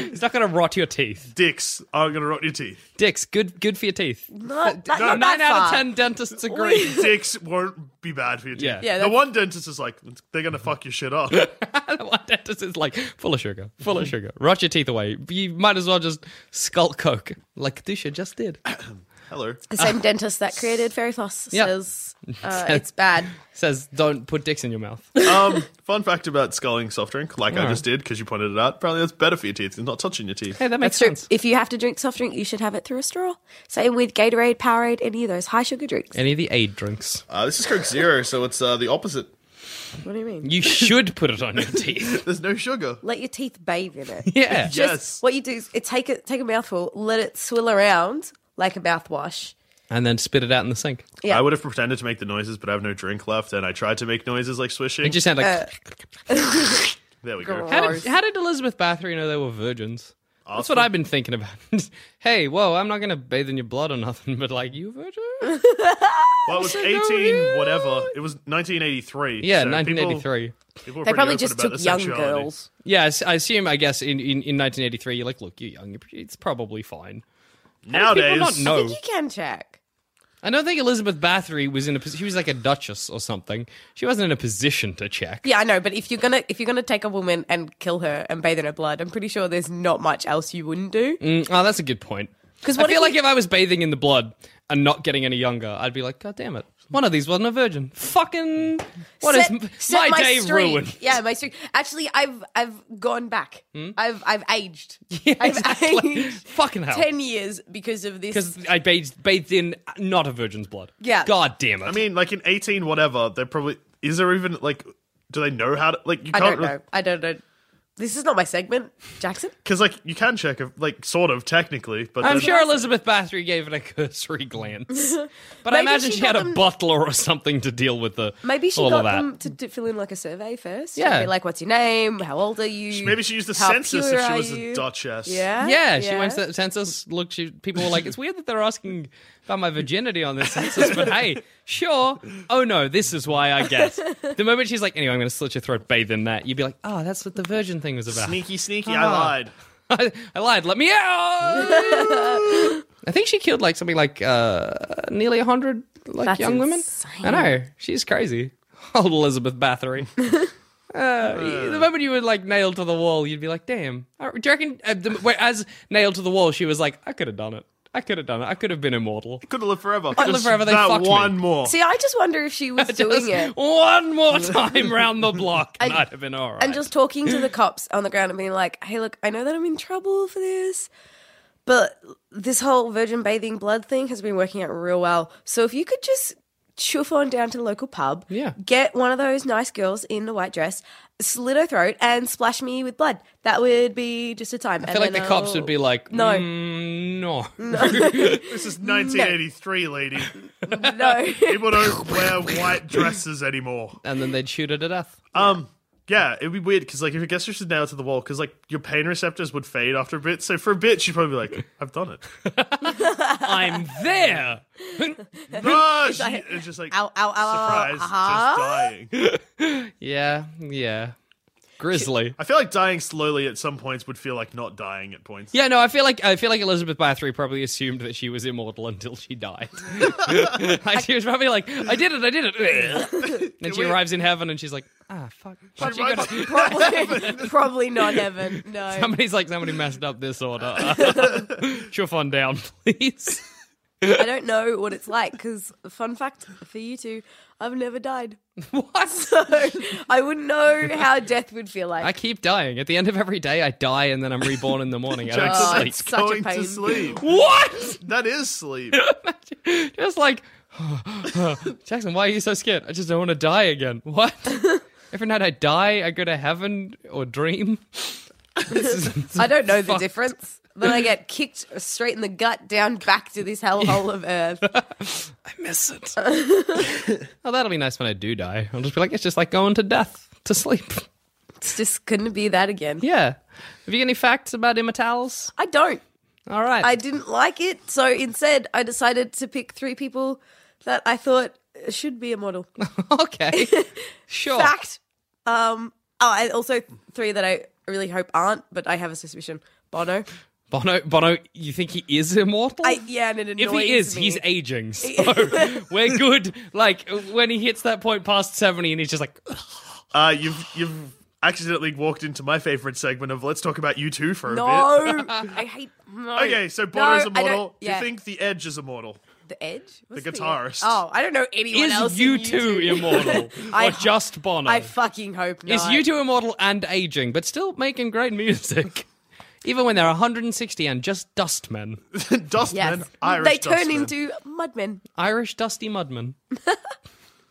E: It's not gonna rot your teeth.
G: dicks aren't going to rot your teeth.
E: Dicks, good good for your teeth.
F: Not, that, not
E: Nine out
F: that
E: of
F: far.
E: ten dentists agree.
G: Dicks won't be bad for your teeth.
E: Yeah.
F: Yeah,
G: the
F: that's-
G: one dentist is like, they're going to fuck your shit up.
E: One dentist is like, full of sugar, full of sugar. Rot your teeth away. You might as well just skulk coke, like Katusha just did.
G: Hello.
F: The same dentist that created Fairy Floss
E: Yeah.
F: says uh, it's bad.
E: Says, don't put dicks in your mouth.
G: Um, fun fact about sculling soft drink, like I
E: Alright.
G: just did because you pointed it out. Apparently, that's better for your teeth. It's not touching your teeth.
E: Hey, that makes
F: That's true.
E: sense.
F: If you have to drink soft drink, you should have it through a straw. Same with Gatorade, Powerade, any of those high sugar drinks.
E: Any of the aid drinks.
G: Uh, this is Coke Zero, so it's uh, the opposite.
F: What do you mean?
E: You should put it on your teeth.
G: There's no sugar.
F: Let your teeth bathe in it.
E: Yeah.
F: Just
G: Yes.
F: what you do is it take a take a mouthful, let it swill around like a mouthwash.
E: And then spit it out in the sink.
F: Yeah.
G: I would have pretended to make the noises, but I have no drink left, and I tried to make noises like swishing.
E: It just sounded
F: Uh,
E: like.
G: there we go.
F: Gross.
E: how, did, how did Elizabeth Bathory know they were virgins? That's what I've been thinking about. hey, whoa, I'm not going to bathe in your blood or nothing, but like, you virgin?
G: Well, it was 18, whatever. It was 1983.
E: Yeah,
G: so people-
E: 1983.
G: People, were
F: They
G: pretty
F: probably
G: open
F: just
G: about
F: took
G: their
F: young
G: sexuality.
F: girls.
E: Yeah, I s- I assume, I guess, in, in, in 1983, you're like, look, you're young. It's probably fine.
G: Nowadays,
E: not know?
F: I
E: Oh.
F: think you can check.
E: I don't think Elizabeth Bathory was in a. posi- She was like a duchess or something. She wasn't in a position to check.
F: Yeah, I know, but if you're gonna if you're gonna take a woman and kill her and bathe in her blood, I'm pretty sure there's not much else you wouldn't do.
E: Mm, oh, that's a good point.
F: 'Cause
E: I
F: what if
E: feel like
F: you-
E: if I was bathing in the blood and not getting any younger, I'd be like, God damn it! One of these wasn't a virgin. Fucking what is
F: Set-
E: m-
F: set
E: my, day
F: streak.
E: ruined? Hmm?
F: Yeah, my streak. Actually, I've I've gone back. I've I've aged. I've
E: exactly.
F: aged
E: Fucking hell.
F: ten years because of this.
E: Because I bathed, bathed in not a virgin's blood.
F: Yeah.
E: God damn it.
G: I mean, like in 18, whatever, they're probably. Is there even, like, do they know how to. Like, you
F: I
G: can't.
F: don't know. I don't know. This is not my segment, Jackson.
G: Because, like, you can check, if, like, sort of, technically, but.
E: I'm
G: then-
E: sure Elizabeth Bathory gave it a cursory glance. But I
F: Maybe
E: imagine
F: she
E: she, had
F: got
E: a
F: them-
E: butler or something to deal with the
F: Maybe she
E: all
F: got
E: of that.
F: them to d- fill in like a survey first.
E: Yeah.
F: Be like, what's your name? How old are you?
G: Maybe she used the
F: How
G: census
F: pure
G: if she
F: are
G: was a
F: you?
G: duchess.
F: Yeah.
E: Yeah, she went to the census. Look, she, people were like, it's weird that they're asking about my virginity on this census, but hey, sure. Oh no, this is why I guess. The moment she's like, anyway, I'm going to slit your throat, bathe in that, you'd be like, oh, that's what the virgin thing was about.
G: Sneaky, sneaky,
F: Oh.
G: I lied.
E: I, I lied. Let me out. I think she killed like something like uh, nearly hundred like
F: That's
E: young
F: insane.
E: women. I know she's crazy. Old Elizabeth Bathory. Uh, the moment you were like nailed to the wall, you'd be like, "Damn!" I- Do you reckon? Uh, the, wait, as nailed to the wall, she was like, "I could have done it. I could have done it. I could have been immortal."
G: Could have lived forever.
E: Could've lived
G: Just
E: forever, they
G: that
E: fucked me.
G: one more.
F: See, I just wonder if she was doing
E: Just
F: it
E: one more time round the block, and
F: And-
E: I'd have been all right.
F: and just talking to the cops on the ground and being like, hey, look, I know that I'm in trouble for this, but this whole virgin bathing blood thing has been working out real well. So if you could just chuff on down to the local pub,
E: Yeah.
F: get one of those nice girls in the white dress, slit her throat, and splash me with blood, that would be just a time.
E: I feel like the cops would be like,
F: No.
E: "Mm, no,
G: This is 1983, lady.
F: no.
G: People don't wear white dresses anymore.
E: and then they'd shoot her to death.
G: Um, yeah, it'd be weird because like if your guess was just nailed to the wall, because like your pain receptors would fade after a bit. So for a bit, she'd probably be like, "I've done it."
E: I'm there."
G: No, she, it's just like
F: Ow, ow, ow, ow,
G: surprise,
F: uh-huh.
G: just dying.
E: Yeah, yeah. Grizzly.
G: I feel like dying slowly at some points would feel like not dying at points.
E: Yeah, no, I feel like I feel like Elizabeth Bathory probably assumed that she was immortal until she died. like, she was probably like, "I did it, I did it." then she
G: we-
E: arrives in heaven and she's like, "Ah, fuck." But she
G: arrives
E: gotta-
G: in
F: Probably, probably not heaven. No.
E: somebody's like, "Somebody messed up this order." Chuff on down, please.
F: I don't know what it's like because, fun fact for you two, I've never died.
E: what?
F: So I wouldn't know how death would feel like.
E: I keep dying. At the end of every day, I die, and then I'm reborn in the morning. I
G: Jackson,
E: don't
G: it's
E: sleep.
F: Oh, such a
G: going
F: pain.
G: to sleep.
E: What?
G: That is sleep.
E: just like Jackson, why are you so scared? I just don't want to die again. What? Every night I die, I go to heaven or dream.
F: I don't know the
E: Fucked.
F: difference. Then I get kicked straight in the gut down back to this hellhole of earth.
E: Miss it. oh, that'll be nice when I do die. I'll just be like, it's just like going to death to sleep.
F: It's just couldn't be that again.
E: Yeah. Have you any facts about immortals?
F: I don't.
E: All right.
F: I didn't like it. So instead, I decided to pick three people that I thought should be immortal.
E: okay. Sure.
F: Fact. Um, oh, and also three that I really hope aren't, but I have a suspicion. Bono.
E: Bono, Bono, you think he is immortal?
F: I, yeah, and it annoys
E: If he is,
F: me.
E: he's aging. So we're good. Like when he hits that point past seventy, and he's just like,
G: Uh, you've you've accidentally walked into my favorite segment of let's talk about you two for a bit.
F: No, I hate. No.
G: Okay, so Bono's
F: No, I don't-
G: immortal.
F: yeah.
G: Do you think the Edge is immortal?
F: The Edge, What's
G: guitarist.
F: Edge? Oh, I don't know anyone else.
E: is
F: in
E: you two
F: U2.
E: immortal
F: I
E: or
F: ho-
E: just Bono?
F: I fucking hope not.
E: Is you two immortal and aging, but still making great music, even when they're 160 and just dustmen,
G: Dustman,
F: Yes,
G: Irish
F: they turn
G: dustman.
F: into mudmen.
E: Irish dusty mudmen.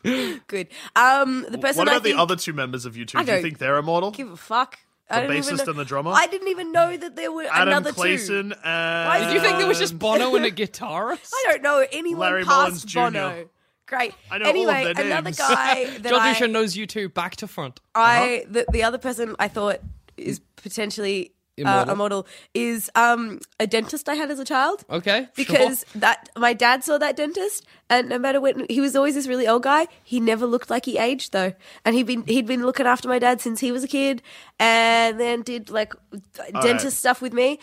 F: Good. Um, the person
G: What
F: I
G: about
F: think,
G: the other two members of you two?
F: I
G: Do you
F: don't
G: think they're immortal?
F: Give a fuck. I
G: The
F: don't even
G: bassist
F: know-
G: and the drummer?
F: I didn't even know that there were
G: Adam
F: another
G: Clayson uh,
F: two.
G: and
F: Why is
E: Did you think there was just Bono and a guitarist?
F: Um, I don't know anyone
G: Larry Mullins
F: past
G: Jr.
F: Bono. Great.
G: I know all of
F: anyway,
G: their
F: another
G: names.
F: guy that
E: John
F: I,
E: Dusha knows you two back to front.
F: I the, the other person I thought is potentially immortal,
E: Immortal.
F: uh, immortal is um, a dentist I had as a child.
E: Okay, sure.
F: because that my dad saw that dentist, and no matter when he was always this really old guy. He never looked like he aged though, and he'd been he'd been looking after my dad since he was a kid, and then did like dentist stuff with me.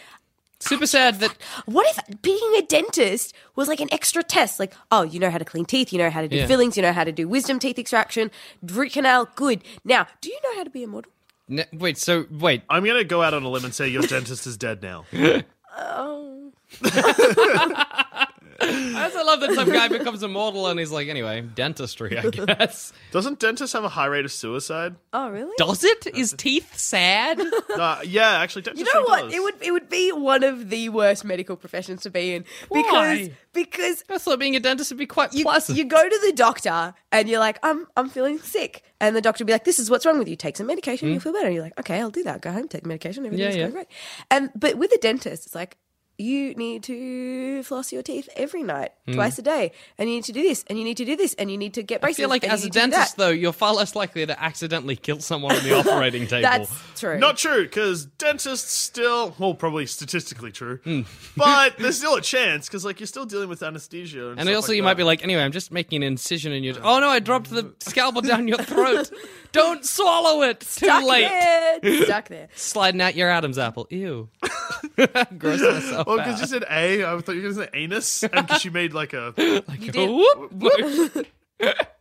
E: Super sad that
F: What if being a dentist was like an extra test? Like, oh, you know how to clean teeth, you know how to do
E: Yeah.
F: fillings, you know how to do wisdom teeth extraction, root canal, good. Now, do you know how to be immortal?
E: ne- wait. So wait,
G: I'm gonna go out on a
E: Um,
G: limb and say your dentist is dead now.
E: I also love that some guy becomes immortal and he's like, anyway, dentistry, I guess.
G: Doesn't dentists have a high rate of suicide?
F: Oh, really?
E: Does it? Is teeth sad?
G: Uh, yeah, actually, dentistry
F: You know what?
G: does.
F: It would it would be one of the worst medical professions to be in because
E: Why?
F: because
E: I thought being a dentist would be quite
F: you,
E: pleasant.
F: you go to the doctor and you're like, I'm I'm feeling sick, and the doctor will be like, This is what's wrong with you. Take some medication, you'll feel better. And you're like, Okay, I'll do that. Go home, take the medication, everything's
E: Hmm. yeah.
F: going great. And but with a dentist, it's like you need to floss your teeth every night, twice a day, and you need to do this, and you need to do this, and you need to get
E: Hmm. I
F: braces.
E: feel like
F: and you
E: as a
F: need to do
E: dentist,
F: that.
E: though, you're far less likely to accidentally kill someone on the operating table.
F: that's true.
G: Not true, because dentists still, well, probably statistically true,
E: Hmm.
G: but there's still a chance because like you're still dealing with anesthesia, and,
E: And
G: stuff
E: also, you might be like, anyway, I'm just making an incision in your. Oh no, I dropped the scalpel down your throat. Don't swallow it. Too
F: Stuck
E: late.
F: there, stuck there.
E: Sliding out your Adam's apple. Ew. Gross myself
G: Well,
E: out.
G: because you said A, I thought you were going to say anus, and because you made like a
F: You did.
E: Whoop, whoop.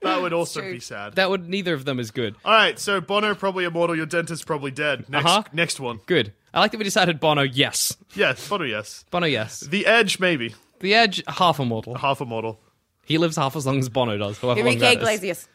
G: that would also be sad.
E: that would. Neither of them is good.
G: All right, so Bono probably immortal, your dentist probably dead. Next,
E: Uh-huh.
G: next one.
E: Good. I like that we decided Bono. Yes.
G: Yes, Bono, yes.
E: Bono. Yes.
G: The Edge, maybe
E: The Edge. Half immortal.
G: half immortal.
E: He lives half as long as Bono does. However long
F: Enrique
E: that is.
F: Iglesias.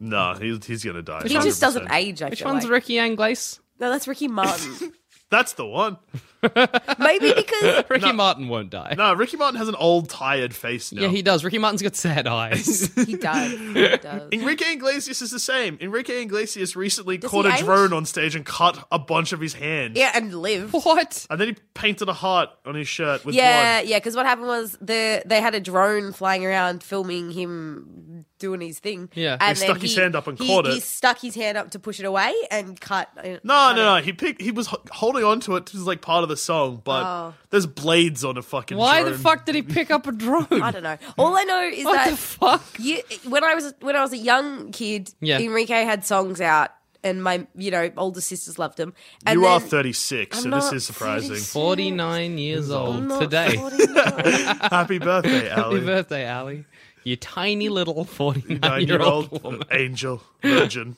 G: No, he, he's going to die.
F: He just
G: 100%.
F: doesn't age. I
E: Which
F: feel
E: one's
F: like.
E: Ricky Anglais?
F: No, that's Ricky Martin.
G: That's the one.
F: Maybe because
E: Ricky Martin won't die.
G: No, Ricky Martin has an old, tired face now.
E: Yeah, he does. Ricky Martin's got sad eyes.
F: he does. He does.
G: Enrique Iglesias is the same. Enrique Iglesias recently
F: Does
G: caught
F: he
G: a
F: age?
G: drone on stage and cut a bunch of his hand.
F: Yeah, and live.
E: what?
G: And then he painted a heart on his shirt with
F: Yeah,
G: blood.
F: yeah. Because what happened was the they had a drone flying around filming him doing his thing.
E: Yeah.
F: and
G: He stuck his hand up and caught
F: He
G: it.
F: stuck his hand up to push it away and cut. uh,
G: No, no, no. He picked, he was h- holding on to it. This is like part of the song, but there's blades on a fucking
E: Why
G: drone.
E: the fuck did he pick up a drone?
F: I don't know. All I know is
E: What
F: that
E: the fuck?
F: you, when I was when I was a young kid,
E: Yeah.
F: Enrique had songs out, and my you know older sisters loved him. And
G: You are
F: then-
G: 36, so this
F: not
G: is surprising.
F: 36.
E: 49 years old
F: I'm not
E: today.
F: 49.
G: Happy birthday,
E: Happy
G: Ali.
E: birthday, Ali. You tiny little 49
G: Nine
E: year old
G: old
E: woman.
G: angel, virgin.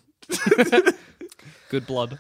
E: Good blood.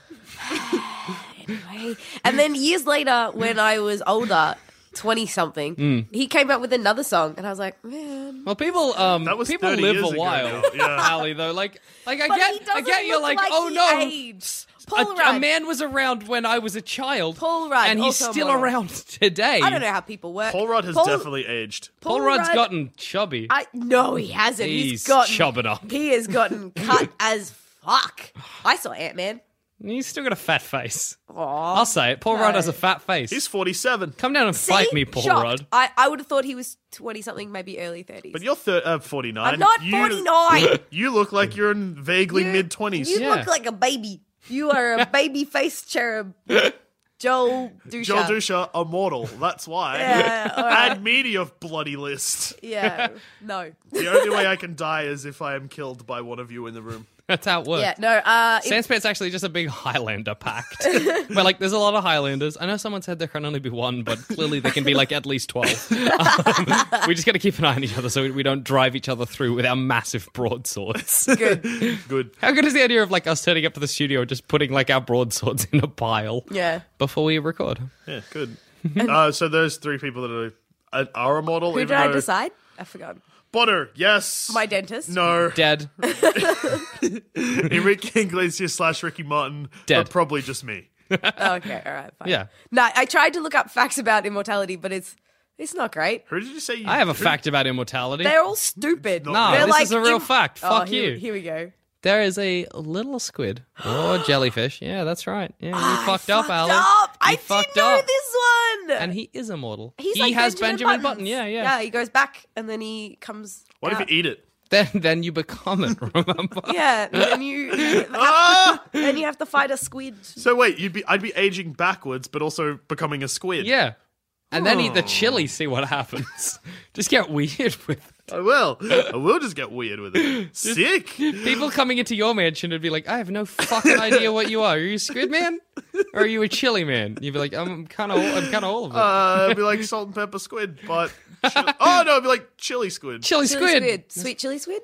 F: Hey. And then years later, when I was older, 20 something,
E: Mm.
F: he came out with another song. And I was like, man.
E: Well, people um,
G: That was
E: people
G: 30
E: live
G: years
E: a
G: ago
E: while,
G: now, yeah.
E: Ali, though. Like, like I
F: But he
E: get,
F: doesn't
E: I get you're
F: look
E: like,
F: like,
E: oh
F: he
E: no.
F: aged.
E: A,
F: Paul
E: a
F: Rudd.
E: man was around when I was a child.
F: Paul Rudd,
E: And he's
F: also a
E: still
F: model.
E: around today.
F: I don't know how people work.
G: Paul Rudd has
F: Paul-
G: definitely aged.
E: Paul Rudd's gotten chubby.
F: I, no, he hasn't. He's,
E: He's
F: gotten.
E: chubbing up.
F: He has gotten cut as fuck. I saw Ant Man.
E: he's still got a fat face. I'll say it. Paul Rudd has a fat face.
G: He's 47.
E: Come down and fight me, Paul Rudd.
F: I, I would have thought he was 20 something, maybe early 30s.
G: But you're thir- uh, 49.
F: I'm not
G: You-
F: 49.
G: You look like you're in vaguely
F: You-
G: mid 20s.
F: You
E: Yeah.
F: look like a baby. You are a baby faced cherub. Joel Dusha.
G: Joel Dusha, immortal. That's why.
F: Yeah, all right.
G: Add me to your bloody list.
F: Yeah. No.
G: The only way I can die is if I am killed by one of you in the room.
E: That's how it works.
F: Yeah. No. Uh, in-
E: Sandspit's actually just a big Highlander pact. Where, like, there's a lot of Highlanders. I know someone said there can only be one, but clearly there can be, like, at least 12. Um, we just got to keep an eye on each other so we don't drive each other through with our massive broadswords.
G: Good.
E: How good is the idea of, like, us turning up to the studio and just putting, like, our broadswords in a pile
F: yeah.
E: before we record?
G: Yeah, good. uh, so those three people that are, uh, are immortal.
F: Who
G: even
F: did I
G: though-
F: decide? I forgot.
G: Bonner, yes.
F: My dentist.
G: No.
E: Dead.
G: Enrique Iglesias slash Ricky Martin.
E: Dead.
G: But probably just me.
F: Oh, okay. All right. Fine.
E: Yeah.
F: No, I tried to look up facts about immortality, but it's it's not great.
G: Who did you say you
E: I have a
G: who-
E: fact about immortality.
F: They're all stupid.
G: not
F: They're
E: No, this is a real fact.
F: Oh,
E: Fuck
F: here-
E: you.
F: Here we go.
E: There is a little squid or jellyfish. Yeah, that's right. Yeah, you fucked, up,
F: Fucked
E: Ali.
F: up.
E: You
F: I
E: fucked
F: did know
E: up.
F: this one.
E: and he is immortal.
F: He's
E: he
F: like
E: has Benjamin, Button.
F: Buttons.
E: Yeah, yeah.
F: Yeah. He goes back and then he comes.
G: What if
F: out.
G: you eat it?
E: Then then you become it. Remember?
F: Yeah. And then you.
G: Ah!
F: and you have to fight a squid.
G: So wait, you'd be I'd be aging backwards, but also becoming a squid.
E: yeah. And then eat the
F: Oh.
E: chili. See what happens. Just get weird with it.
G: I will. I will just get weird with it. Sick.
E: people coming into your mansion would be like, "I have no fucking idea what you are. Are you a squid man, or are you a chili man?" You'd be like, "I'm kind of, I'm kind of all of it."
G: Uh, it'd be like salt and pepper squid, but chili- oh no, it'd be like chili squid.
E: chili,
F: Chili
E: squid,
F: squid. Sweet chili squid.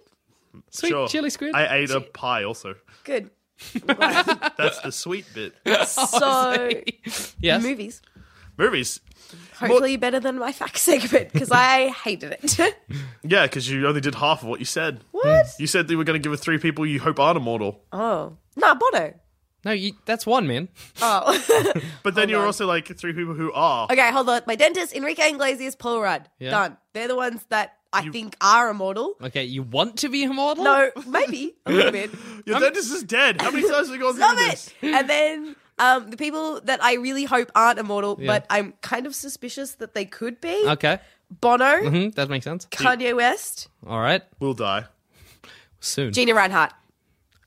E: sweet
G: Sure.
E: chili squid.
G: I ate a pie also.
F: Good.
E: Oh,
G: That's the sweet bit.
F: So
E: yes.
F: movies.
G: movies.
F: Hopefully better than my fact segment because I hated it.
G: Yeah, because you only did half of what you said.
F: what?
G: You said that you were going to give it three people you hope aren't immortal.
F: Oh. Nah, Bono.
E: No, you, that's one, man.
F: Oh.
G: But then you were also like three people who are.
F: okay, hold on. My dentist, Enrique Iglesias, Paul Rudd.
E: Yeah.
F: Done. They're the ones that I think are immortal.
E: Okay, you want to be immortal?
F: No, maybe a little bit.
G: Your dentist is dead. How many times have we
E: Oh,
G: gone
F: Love
G: through this?
F: it. And then um, the people that I really hope aren't immortal,
E: Yeah.
F: but I'm kind of suspicious that they could be.
E: Okay.
F: Bono,
E: hmm that makes sense.
F: Kanye West,
E: All right.
G: We'll die.
E: Soon.
F: Gina Reinhart.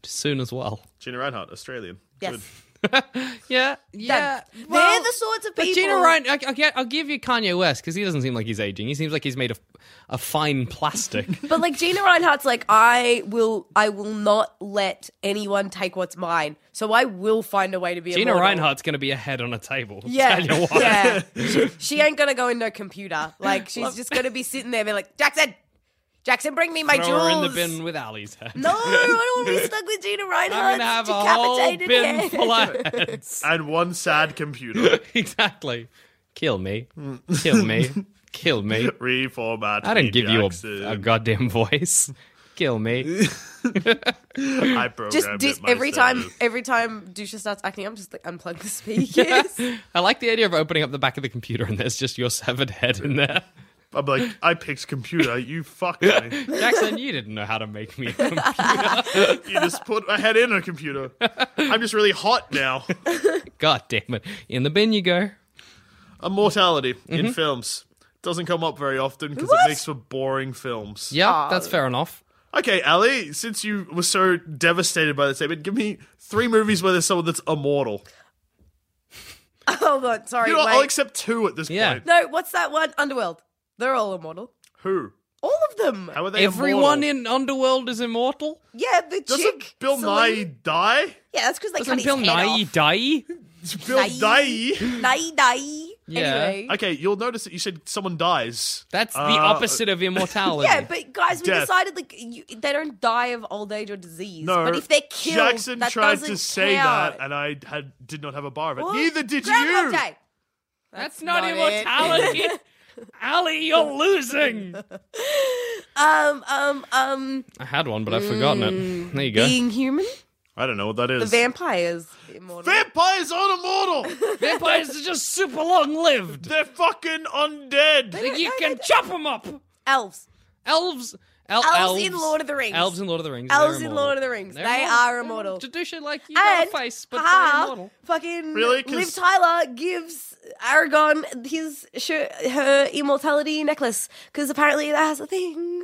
E: Soon as well.
G: Gina Reinhart, Australian.
F: Yes.
G: Good.
E: Yeah. Yeah.
F: They're
E: well-
F: the sorts of
E: But Gina
F: people-
E: Ryan, I, I, I'll give you Kanye West because he doesn't seem like he's aging. He seems like he's made of a fine plastic.
F: But like Gina Reinhardt's like, I will I will not let anyone take what's mine. So I will find a way to be
E: Gina
F: immortal.
E: Reinhardt's going to be a head on a table.
F: Yeah.
E: Tell you what.
F: Yeah. she, she ain't gonna go in no computer. Like she's just gonna be sitting there being like, Jackson, Jackson, bring me my
E: Throw
F: jewels.
E: her in the bin with Ali's head.
F: No, I don't want to be stuck with Gina Reinhardt's
E: I'm going to have a whole
F: decapitated
E: bin
F: head.
E: full of heads.
G: And one sad computer.
E: exactly. Kill me.
F: Mm.
E: Kill me. Kill me.
G: Reformat.
E: I didn't
G: me,
E: give you
G: Jackson.
E: a, a goddamn voice. Kill me.
G: I programmed
F: Just
G: it
F: dis- every
G: myself.
F: time, every time Dusha starts acting, I'm just like unplug the speakers.
E: I like the idea of opening up the back of the computer and there's just your severed head in there.
G: I'm like, I picked computer. You fucked me.
E: Jackson, you didn't know how to make me a computer.
G: You just put my head in a computer. I'm just really hot now.
E: God damn it. In the bin you go.
G: Immortality in films doesn't come up very often because it
F: What?
G: makes for boring films.
F: Oh.
E: Yeah, that's fair enough.
G: Okay, Ali, since you were so devastated by the statement, give me three movies where there's someone that's immortal.
F: Hold on, sorry.
G: You know, what?
F: wait.
G: I'll accept two at this
E: Yeah.
G: point.
F: no, what's that one? Underworld. They're all immortal.
G: Who?
F: All of them.
G: How are they?
E: Everyone
G: immortal?
E: in Underworld is immortal?
F: Yeah, the
G: doesn't
F: chick.
G: Bill
F: Celine-
G: Nye die?
F: Yeah, that's because they cut
E: Doesn't
F: his
E: Bill
F: head
E: Nye
F: off.
E: die?
G: Bill
F: Nye.
G: die?
F: Nye, Nye.
E: Yeah.
F: Anyway.
G: Okay, you'll notice that you said someone dies.
E: That's the
G: Uh,
E: opposite of immortality.
F: Yeah, but guys, we
G: Death.
F: decided like you, they don't die of old age or disease.
G: No,
F: but if they're killed,
G: Jackson
F: that
G: tried
F: doesn't
G: to say
F: count.
G: that, and I had did not have a bar of it.
F: Well,
G: Neither did
F: Groundhog
G: you.
F: Day.
E: that's not,
F: not it.
E: immortality. Ali, you're losing.
F: Um, um, um,
E: I had one, but I've forgotten
F: Mm.
E: it. There you go.
F: being human,
G: I don't know what that
F: the
G: is.
F: vampires, immortal.
G: Vampires aren't immortal.
E: Vampires are just super long lived.
G: They're fucking undead.
E: You can chop them up.
F: elves,
E: Elves. El-
F: Elves in Lord of the Rings.
E: Elves in Lord of the Rings.
F: elves
E: they're
F: in Lord of the
E: immortal.
F: Rings,
E: They're
F: they
E: immortal.
F: are immortal.
E: Tradition like you
F: And
E: got a face, but they're
F: haha,
E: immortal.
F: fucking
G: Really? 'Cause-
F: Liv Tyler gives Aragon his shir- her immortality necklace because apparently that has a thing.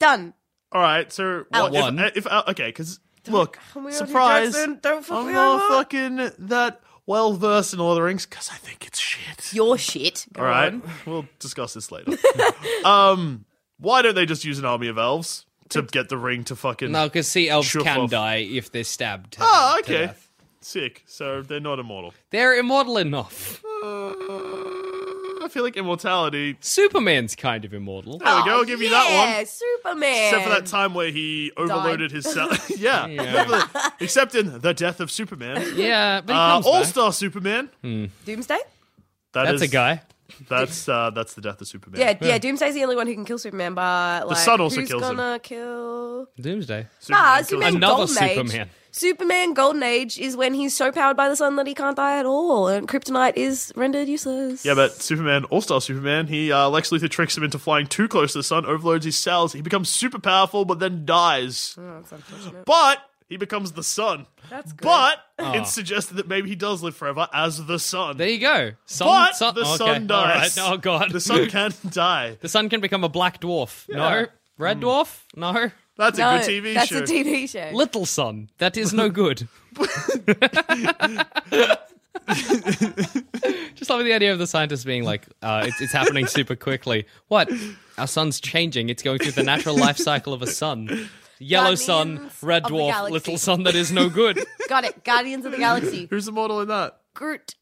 F: Done.
G: All right, so what,
E: one.
G: if, if uh, okay, because look,
F: come here,
G: surprise,
F: Jackson, don't fuck
G: I'm
F: me
G: not
F: over.
G: fucking that well versed in Lord of the Rings because I think it's shit.
F: Your shit. Go
G: All right,
F: on.
G: we'll discuss this later. um, why don't they just use an army of elves to get the ring to fucking?
E: No, because see, elves
G: Sure,
E: can
G: off.
E: die if they're stabbed.
G: Oh,
E: to
G: okay.
E: death.
G: Sick. So they're not immortal.
E: They're immortal enough.
G: Uh, I feel like immortality.
E: Superman's kind of immortal.
F: Uh,
G: There we go. I'll give you that
F: Oh, Yeah,
G: one.
F: Superman.
G: Except for that time where he overloaded his cell. yeah. Except in the death of Superman,
E: Yeah, but he
G: uh,
E: comes
G: All
E: back.
G: Star Superman.
F: Doomsday?
G: That
E: That's a
G: is-
E: guy.
G: That's uh, that's the death of Superman.
F: Yeah, yeah, Doomsday's the only one who can kill Superman, but like,
G: sun also
F: who's
G: kills him.
F: gonna kill?
E: Doomsday.
G: Superman
F: nah,
G: kills
F: Superman
E: Another
F: Golden Age.
E: Superman.
F: Superman Golden Age is when he's so powered by the sun that he can't die at all, and kryptonite is rendered useless.
G: Yeah, but Superman, All Star Superman, he uh, Lex Luthor tricks him into flying too close to the sun, overloads his cells, he becomes super powerful, but then dies. But he becomes the sun. That's good. But it's suggested that maybe he does live forever as the sun.
E: Ah. There you go. Sun,
G: but
E: sun-
G: the
E: okay,
G: sun dies.
E: all right. Oh god.
G: the sun can die.
E: The sun can become a black dwarf. No. Red
G: Hmm.
E: dwarf? No.
G: That's
F: No,
G: a good TV
F: that's
G: show.
F: a TV show.
E: Little sun. That is no good. Just love the idea of the scientist being like, uh, it's, it's happening super quickly. What? Our sun's changing. It's going through the natural life cycle of a sun. Yellow sun,
F: Guardians
E: red
F: of the
E: dwarf,
F: Galaxy.
E: little sun that is no good.
F: Got it. Guardians of the Galaxy.
G: Who's immortal in that?
F: Groot.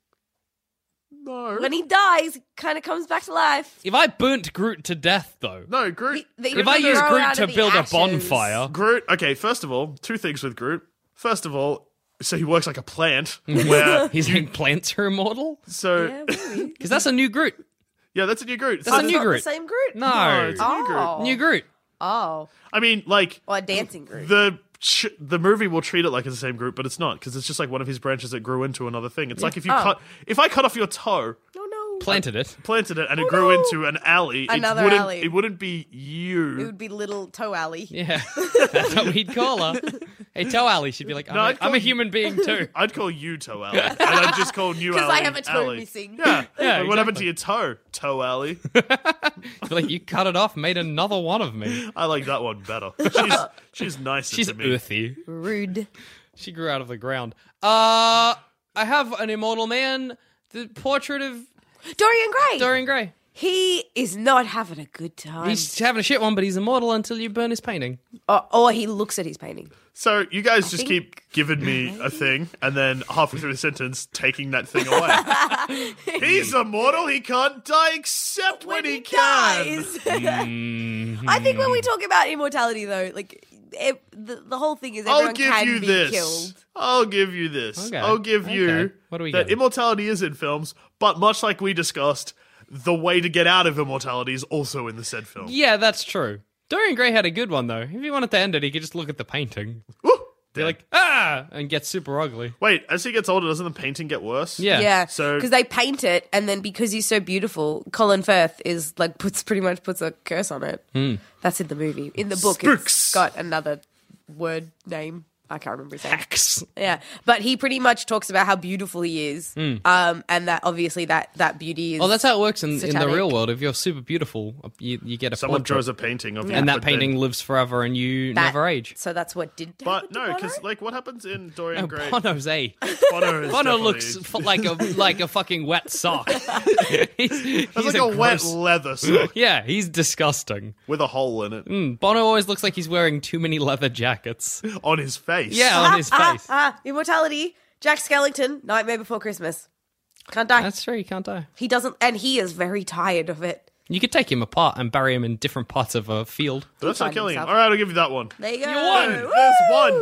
G: No.
F: When he dies, kind of comes back to life.
E: If I burnt Groot to death, though,
G: no, Groot.
F: They
E: if I
F: grow
E: use
F: out
E: Groot
F: of
E: to
F: the
E: build
F: ashes.
E: a bonfire,
G: Groot. Okay, first of all, two things with Groot. First of all, So he works like a plant. Where
E: He's like plants are immortal
G: so
F: Yeah, maybe.
E: because that's a new Groot.
G: yeah, that's a new Groot.
E: That's a
G: So-
E: new
F: Not
E: Groot.
F: the same Groot.
G: No,
E: No,
G: it's a new Groot.
F: Oh.
E: new Groot.
F: Oh.
G: I mean, like
F: Or a dancing Groot.
G: the ch- the movie will treat it like it's the same group, but it's not because it's just like one of his branches that grew into another thing. It's like if you cut if I cut off your toe,
F: no, no.
E: Planted it.
G: planted it, and it grew into an alley,
F: Another
G: it wouldn't,
F: alley.
G: It wouldn't be
F: It
G: you.
F: would be little Toe Alley.
E: Yeah, that's what he'd call her. Hey, tell Ali she'd be like, I'm,
G: No,
E: a-
G: I'd call
E: I'm a
G: you-
E: human being too.
G: I'd call you toe alley, and I'd just call you
F: 'Cause I
G: alley.
F: have a toe
G: alley.
F: missing.
G: Yeah, yeah. What happened to
E: exactly.
G: your toe, toe alley?
E: Be like, you cut it off, made another one of me.
G: I like that one better. She's she's nicer
E: She's
G: to me.
E: earthy.
F: Rude.
E: She grew out of the ground. Uh, I have an immortal man. The portrait of
F: Dorian Gray.
E: Dorian Gray.
F: He is not having a good time.
E: He's having a shit one, but he's immortal until you burn his painting.
F: Or, or he looks at his painting.
G: So you guys just
F: think-
G: keep giving me a thing, and then halfway through the sentence, taking that thing away. He's immortal. He can't die except when, he, can.
F: dies. I think when we talk about immortality, though, like it, the, the whole thing is everyone
G: I'll give
F: can
G: you
F: be
G: this.
F: killed.
G: I'll give you this.
E: Okay.
G: I'll give you
E: Okay. What do we
G: that
E: get?
G: immortality is in films, but much like we discussed, the way to get out of immortality is also in the said film.
E: Yeah, that's true. Dorian Gray had a good one though. If he wanted to end it, he could just look at the painting.
G: Woo!
E: Be like, ah, and get super ugly.
G: Wait, as he gets older, doesn't the painting get worse?
E: Yeah.
F: Yeah,
G: So-
F: because they paint it, and then because he's so beautiful, Colin Firth is like puts pretty much puts a curse on it. That's in the movie. In the book,
G: Spooks.
F: it's got another word name. I can't remember his name.
E: X.
F: Yeah, but he pretty much talks about how beautiful he is, um, and that obviously that that beauty is.
E: Oh, that's how it works in, in the
F: Satanic.
E: real world. If you're super beautiful, you, you get a
G: Someone
E: portrait,
G: draws a painting of you,
E: and
G: but
E: that
G: then-
E: painting lives forever, and you
F: that-
E: never age.
F: So that's what did.
G: But
F: happen to
G: no,
F: Bono?
G: because like what happens in Dorian
E: No,
G: Gray?
E: Bono's a.
G: Bono, is
E: Bono
G: definitely-
E: looks f- like a like a fucking wet sock. he's, he's
G: That's like a, wet
E: gross-
G: leather sock
E: Yeah, he's disgusting.
G: with a hole in it
E: Bono always looks like he's wearing too many leather jackets.
G: on his face.
E: Yeah, on his face.
F: Ah, immortality. Jack Skellington, Nightmare Before Christmas. Can't die.
E: That's true. You can't die.
F: he doesn't, and he is very tired of it.
E: You could take him apart and bury him in different parts of a field.
G: But that's not
F: Find
G: killing him.
F: himself.
G: All right, I'll give you that one.
F: There you go.
G: Hey, There's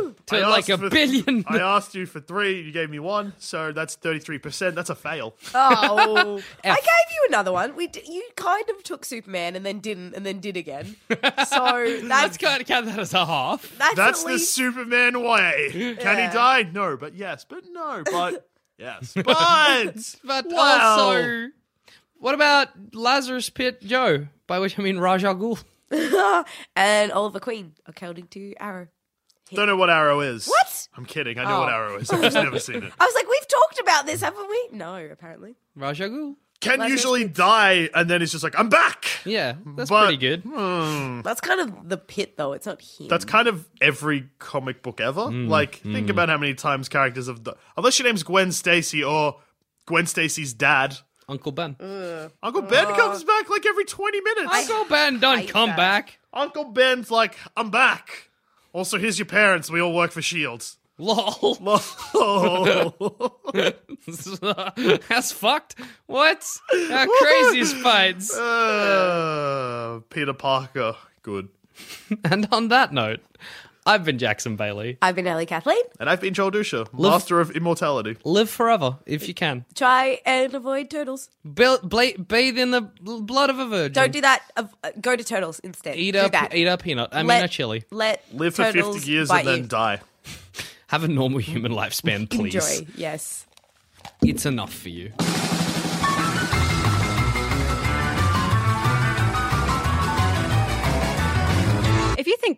G: one.
E: To
G: I
E: like
G: asked
E: a
G: for-
E: billion.
G: I asked you for three. You gave me one, so that's thirty-three percent. That's a fail.
F: Oh, I gave you another one. We d- you kind of took Superman and then didn't, and then did again. So that's
E: Let's count, count that as a half.
F: That's,
G: That's
F: at
G: the
F: least
G: Superman way. Can
F: Yeah.
G: he die? No, but yes, but no, but yes, but
E: But
G: Wow.
E: also, what about Lazarus Pit Joe? By which I mean Raj Al Ghul.
F: and Oliver Queen accounting to Arrow.
G: don't know what Arrow is.
F: What?
G: I'm kidding. I know what
F: Oh.
G: Arrow is. I've just never seen it.
F: I was like, we've talked about this, haven't we? No, apparently.
E: Raj Al Ghul.
G: Ken
F: Lazarus
G: usually die, and then he's just like, "I'm back."
E: Yeah, that's
G: But- hmm.
E: pretty good.
F: That's kind of the pit, though. It's not him.
G: That's kind of every comic book ever. Like, think about how many times characters have, d unless your name's Gwen Stacy or Gwen Stacy's dad.
E: Uncle Ben.
G: Uncle Ben comes back like every 20 minutes.
E: Uncle Ben done come
F: that.
E: back.
G: Uncle Ben's like, I'm back. Also, here's your parents. We all work for Shields.
E: Lol.
G: Oh.
E: That's fucked. What? How crazy is Spades?
G: Uh, Peter Parker. Good.
E: And on that note, I've been Jackson Bailey.
F: I've been Ellie Kathleen.
G: And I've been Joel Dusha, Master of Immortality.
E: Live forever if you can.
F: Try and avoid turtles.
E: Ba- bla- bathe in the bl- blood of a virgin.
G: Mm.
F: Don't do that. Av- uh, Go to turtles instead.
E: Eat
F: do
E: a
F: that.
E: eat a peanut. I mean a chili.
F: Let
G: Live for
F: turtles
G: 50 years
F: bite
G: and then
F: you.
G: die.
E: Have a normal human lifespan, please.
F: Enjoy. Yes.
E: It's enough for you.
H: If you think